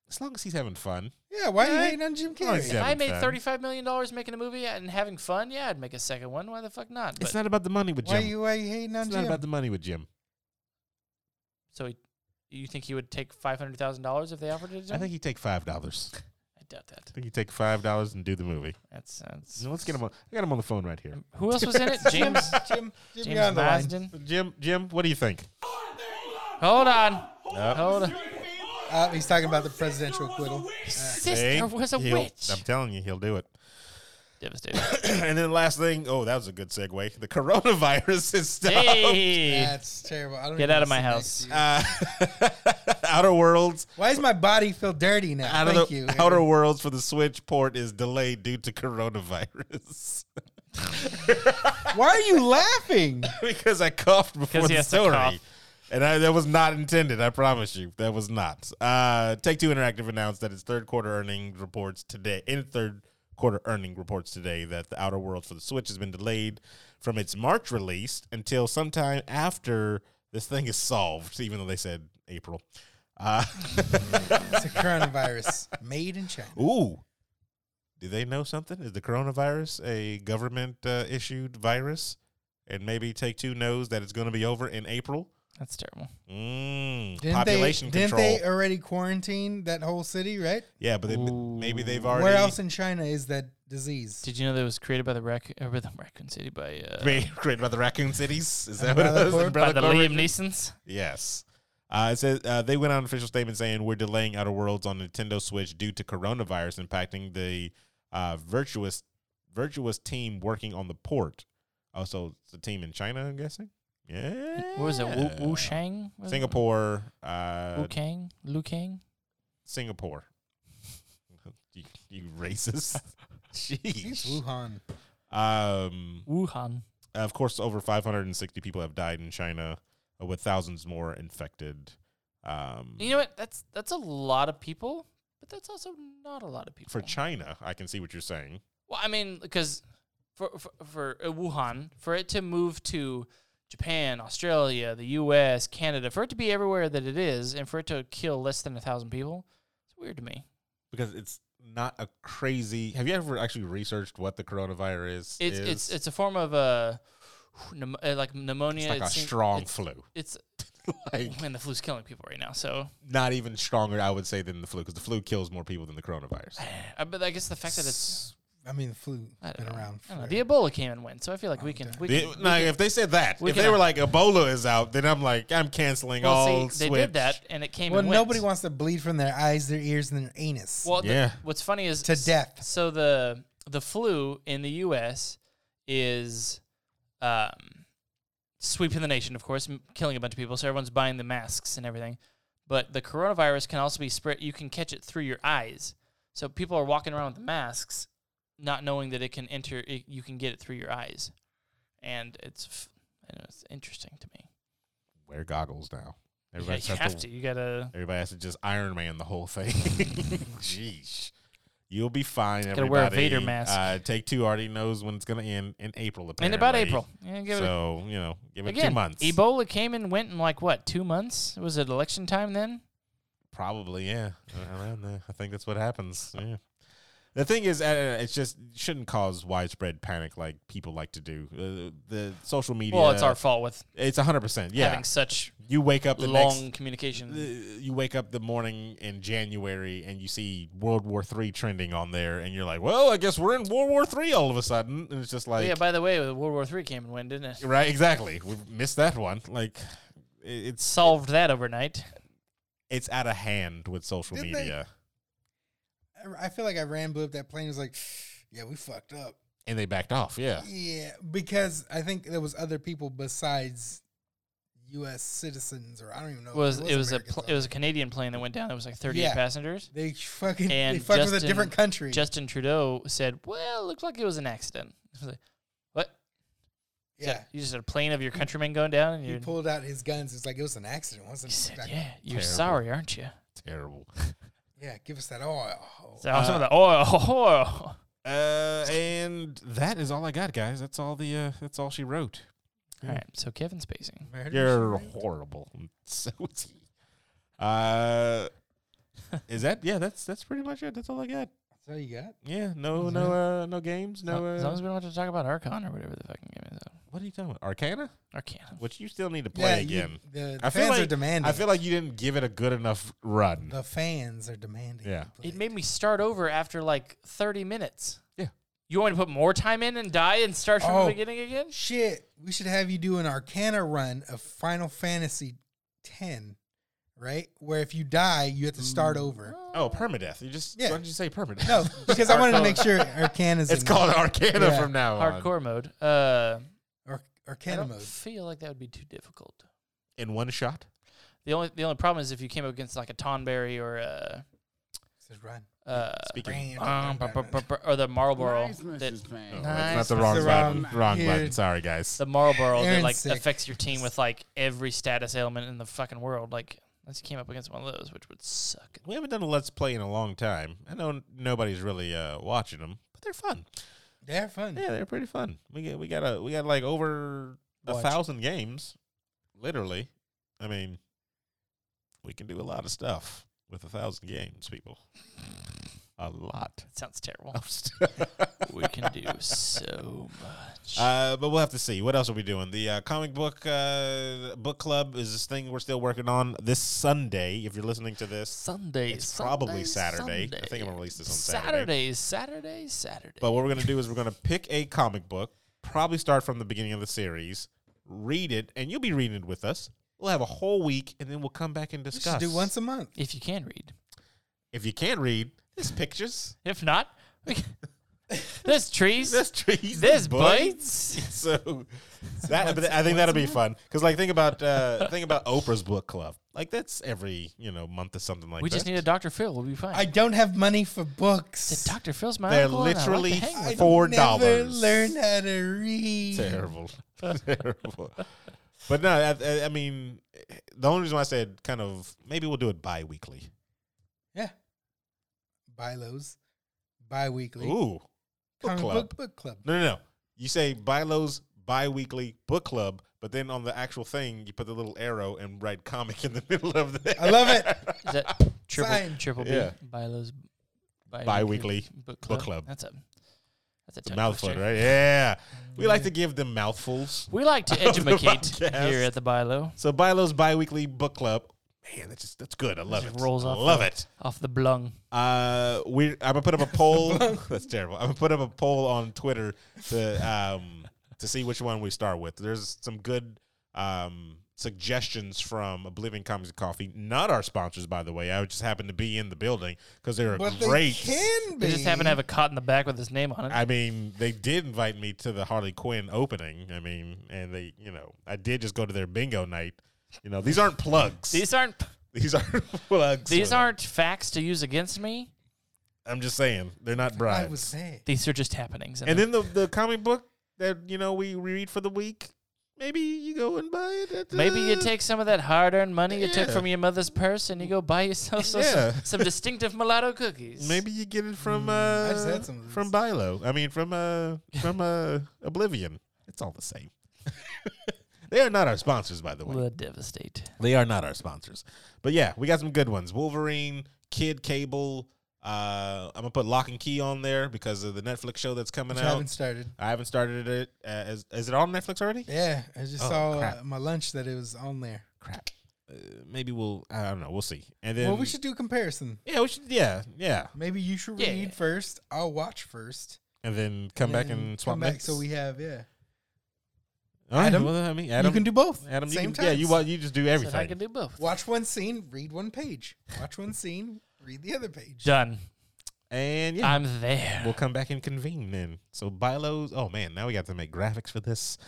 as long as he's having fun. Yeah, why are you Yeah. hating on Jim Oh, Carrey? yeah. if I Having made fun. 35 million dollars making a movie and having fun, yeah, I'd make a second one. Why the fuck not? But, It's not about the money with Why are Jim. you why are you hating on it's not Jim? about the money with Jim. so he, you think he would take five hundred thousand dollars if they offered it to him? I think you take five dollars. I I doubt that. think you take five dollars and do the movie. That's, that's So let's get him. On, I got him on the phone right here. Who else was [LAUGHS] in it? Jim, James Jim, Jim, James get on the line. Marsden. Uh, Jim, Jim, what do you think? Hold on, Uh, hold on. Uh, he's talking about the presidential acquittal. Sister was a he'll- witch. I'm telling you, he'll do it. [CLEARS THROAT] [LAUGHS] Devastated. and then last thing. Oh, that was a good segue. The coronavirus [LAUGHS] is still Oh, Hey, That's terrible. I don't Get even out of wanna my sit house. next to you. uh, [LAUGHS] Outer Worlds. Why does my body feel dirty now? Out Thank of the, you. Outer Worlds for the Switch port is delayed due to coronavirus [LAUGHS] Why are you laughing? [LAUGHS] because I coughed before 'Cause he the has to story. cough. And I, that was not intended. I promise you, that was not. Uh, Take Two Interactive announced that its third quarter earnings reports today. In third quarter earning reports today, that the Outer Worlds for the Switch has been delayed from its March release until sometime after this thing is solved. Even though they said April. Uh, [LAUGHS] It's a coronavirus made in China. ooh, do they know something? Is the coronavirus a government uh, issued virus? And maybe Take Two knows that it's going to be over in April. that's terrible. Mm, Didn't population they, control. Didn't they already quarantine that whole city, right? yeah, but they, maybe they've already. Where else in China is that disease? Did you know that it was created by the Rac- uh, by the Raccoon City by uh, Made- [LAUGHS] created by the Raccoon Cities? Is that what it Umbrella was? Corp? by Umbrella the Corp? Liam Neeson's? Yes. Uh, it says uh, they went out an official statement saying we're delaying Outer Worlds on Nintendo Switch due to coronavirus impacting the uh, virtuous virtuous team working on the port. Oh, so it's a team in China, I'm guessing. Yeah. What was it? Wu, Wu Shang? Was it? Singapore. Uh, Wu Kang? Liu Kang? Singapore. [LAUGHS] you, you racist. [LAUGHS] It's [LAUGHS] Jeez. Wuhan. Um, Wuhan. of course, over 560 people have died in China, uh, with thousands more infected. Um, You know what? That's that's a lot of people, but that's also not a lot of people. for China, I can see what you're saying. Well, I mean, because for for, for uh, Wuhan, for it to move to Japan, Australia, the U.S., Canada, for it to be everywhere that it is, and for it to kill less than a thousand people, it's weird to me. because it's not a crazy. Have you ever actually researched what the coronavirus It's is? it's it's a form of uh, a uh, like pneumonia. It's like a seem- strong it's, flu. It's [LAUGHS] Like man, the flu's killing people right [SIGHS] now. So, not even stronger, I would say, than the flu, because the flu kills more people than the coronavirus. I, uh, but I guess the fact that it's I mean, the flu I don't has been know. around. Oh, I don't For, know, the Ebola came and went, so I feel like we can. [LAUGHS] We The- can we now, can- if they said that, we if they can- were like Ebola is out, then I'm like, I'm canceling well, see, all. they did that, and it came. well, and nobody went. wants to bleed from their eyes, their ears, and their anus. Well, the- Yeah. what's funny is To death. So the the flu in the U.S. is um, sweeping the nation, of course, m- killing a bunch of people. So everyone's buying the masks and everything. But the coronavirus can also be spread. You can catch it through your eyes. So people are walking around with masks, not knowing that it can enter. It, you can get it through your eyes, and it's f- I know, it's interesting to me. Wear goggles now. Yeah, Everybody you has have to. You gotta Everybody has to just Iron Man the whole thing. [LAUGHS] Jeez. You'll be fine. Gotta Everybody. wear a Vader mask. Uh, take two already knows when it's going to end in April. Apparently. in about April. Yeah, give it a so you know, give it Again, two months. Ebola came and went in like what two months? Was it election time then? Probably, yeah. Around there. I think that's what happens. Yeah. The thing is, uh, it's just shouldn't cause widespread panic like people like to do. Uh, the social media. Well, it's our fault with It's hundred percent. Yeah. having such you wake up the long next. communication. the- You wake up the morning in January and you see World War Three trending on there, and you're like, "Well, I guess we're in World War Three all of a sudden." And it's just Oh, like, yeah. By the way, World War Three came and went, didn't it? right, exactly. We missed that one. Like, it- it's Solved that overnight. it's out of hand with social Didn't they- media, I I feel like I ran blew up that plane. It was like, yeah, we fucked up. and they backed off. Yeah, Yeah, because I think there was other people besides U.S. citizens, or I don't even know. if Was there it was a Americans pl- out it was a there. Canadian plane that went down. That was like 38 Yeah. passengers. they fucking they and fucked with a Justin- different country. Justin Trudeau said, "Well, it looked like it was an accident." I was like, what? You yeah, said- You just had a plane of your countrymen going down, and he you're. pulled out his guns. It's like it was an accident, You wasn't it? said, Back- "Yeah, you're Terrible. sorry, aren't you?" terrible. yeah, give us that oil. So some of the [LAUGHS] oil, oil. Uh, and that is all I got, guys. That's all the uh, that's all she wrote. All right, so Kevin Spacey. Murder, You're she wrote. horrible. [LAUGHS] So uh, is that yeah? That's that's pretty much it. That's all I got. That's all you got. Yeah, no, no, uh, no games. No, as long uh, as we don't have to talk about Archon or whatever the fucking game is. what are you talking about? Arcana, Arcana. which you still need to Yeah, play you- again. the the I feel fans are like- demanding. I feel like you didn't give it a good enough run. the fans are demanding. Yeah. you play It made me start over after like 30 minutes. Yeah. You want me to put more time in and die and start from Oh. the beginning again? Shit, we should have you do an Arcana run of Final Fantasy X, right? Where if you die, you have to start over. Oh, permadeath. You just Yeah. why don't you say permadeath? No, because I wanted to Arcana. make sure Arcana's [LAUGHS] it's in called Arcana Yeah. from now on. Hardcore mode. Uh, Ar- I Arcana don't mode. feel like that would be too difficult. in one shot. The only the only problem is if you came up against like a Tonberry or a It says run. uh, Speaking. um, bu- bu- bu- bu- or the Marlboro Nice, that Mrs. Payne. Oh, Nice. that's not the That's wrong the button. wrong- Wrong button. Dude. Sorry, guys. the Marlboro that Aaron's like sick. affects your team with like every status ailment in the fucking world. Like unless you came up against one of those, which would suck. We haven't done a let's play in a long time. I know n- nobody's really uh, watching them, but they're fun. They're fun. Yeah, they're pretty fun. We get, we got a we got like over a Watch. thousand games, literally. I mean, we can do a lot of stuff with a thousand games, people. A [LAUGHS] lot It sounds terrible. of stuff. we can [LAUGHS] do so much. Uh, but we'll have to see. What else are we doing? The uh, comic book uh, book club is this thing we're still working on this Sunday. If you're listening to this, Sunday. It's probably Sunday, Saturday. I Sunday. think I'm gonna release this on Saturday. Saturday, Saturday, Saturday. But what we're going to do is we're going to pick a comic book, probably start from the beginning of the series, read it, and you'll be reading it with us. We'll have a whole week, and then we'll come back and We discuss. should do once a month. if you can read, If you can't read, there's pictures, [LAUGHS] if not, we can- there's trees, there's there's, trees, birds. [LAUGHS] So that but I think that'll be fun because, like, think about uh, think about Oprah's book club. Like that's every you know month or something like We that. just need a Dr. Phil. We'll be fine. I don't have money for The books. Dr. Phil's my They're uncle and I like to literally hang with I him. four never dollars. learned how to [LAUGHS] read. terrible, terrible. But no, I, I- I mean, the only reason why I said kind of maybe we'll do it bi weekly. Yeah. Buy lows, bi weekly. Ooh. Book comic club. book book club. No, no, no. You say buy lows bi weekly book club, but then on the actual thing, you put the little arrow and write comic in the [LAUGHS] middle of that. I love it. Is that [LAUGHS] triple Fine. triple B? Yeah. Bilo's Bi-weekly book book club. club. That's a It's that's a a tongue mouthful, twister. right? Yeah. We like Mm. to give them mouthfuls. We [LAUGHS] like to podcast. edumacate here at the Bilo So buy lows bi weekly book club. Man, that's just that's good. I love just it. rolls I off love the- it. off the blung. Uh, we. I'm gonna put up a poll. [LAUGHS] That's terrible. I'm gonna put up a poll on Twitter to um to see which one we start with. There's some good um suggestions from Oblivion Comics and Coffee. Not our sponsors, by the way. I just happened to be in the building because they were But great. they can be. They just happen to have a cot in the back with his name on it. I mean, they did invite me to the Harley Quinn opening. I mean, and they, you know, I did just go to their bingo night. You know, these aren't plugs. these aren't these aren't [LAUGHS] plugs. these So aren't facts to use against me. I'm just saying they're not bribes. I was saying. These are just happenings. And then the the comic book that you know we read for the week, maybe you go and buy it. At uh, the, Maybe you take some of that hard-earned money you took Yeah. from your mother's purse and you go buy yourself some, Yeah. some distinctive mulatto cookies. Maybe you get it from I just uh had some of from these. Bilo. I mean from uh from uh Oblivion. It's all the same. [LAUGHS] they are not our sponsors, by the way. would devastate. They are not our sponsors. But yeah, we got some good ones. Wolverine, Kid Cable. Uh, I'm gonna put Lock and Key on there because of the Netflix show that's coming Which I out. haven't started. I haven't started it. Uh, is, is it on Netflix already? Yeah, I just Oh, saw uh, crap. my lunch that it was on there. crap. Uh, maybe we'll. I don't know. We'll see. And then. well, we should do a comparison. Yeah, we should. Yeah, yeah. Maybe you should Yeah. read first. I'll watch first. And then come back and swap come back next. so we have yeah. All right, Adam, well, I mean, Adam, you can do both. Adam, you same can- time. Yeah, you wa- you just do So I everything. can do both. watch one scene, read one page. Watch one scene, read the other page. Done. and yeah, I'm there. we'll come back and convene then. So Bilos. Oh man, now we got to make graphics for this.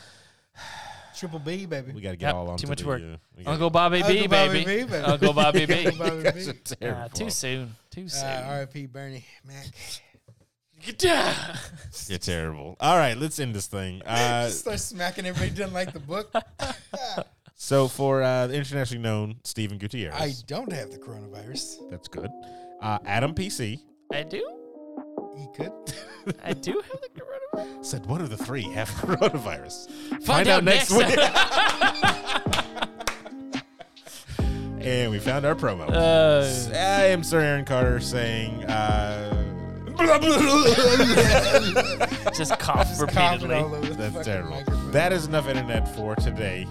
Triple B, baby. We got to get Yep, all on too much the, work. Uh, we gotta- Uncle Bobby B, Uncle Bobby baby. B, baby. Uncle Bobby B. Uncle [LAUGHS] Bobby That's B. a Ah, terrible. too soon. Too soon. Uh, R.I.P. Bernie Mac. G'dah. You're terrible. All right, let's end this [LAUGHS] thing. Uh, Just [LAUGHS] start smacking everybody who doesn't like [LAUGHS] the book. so for uh, the internationally known Stephen Gutierrez, I don't have the coronavirus. that's good. Uh, Adam PC I do. You could. [LAUGHS] I do have the coronavirus. said, "What of the three [LAUGHS] have coronavirus?" Find, and we found our promo. uh, I am Sir Aaron Carter saying, uh, [LAUGHS] just cough Coughing all repeatedly. over the that's fucking terrible. microphone. That is enough internet for today.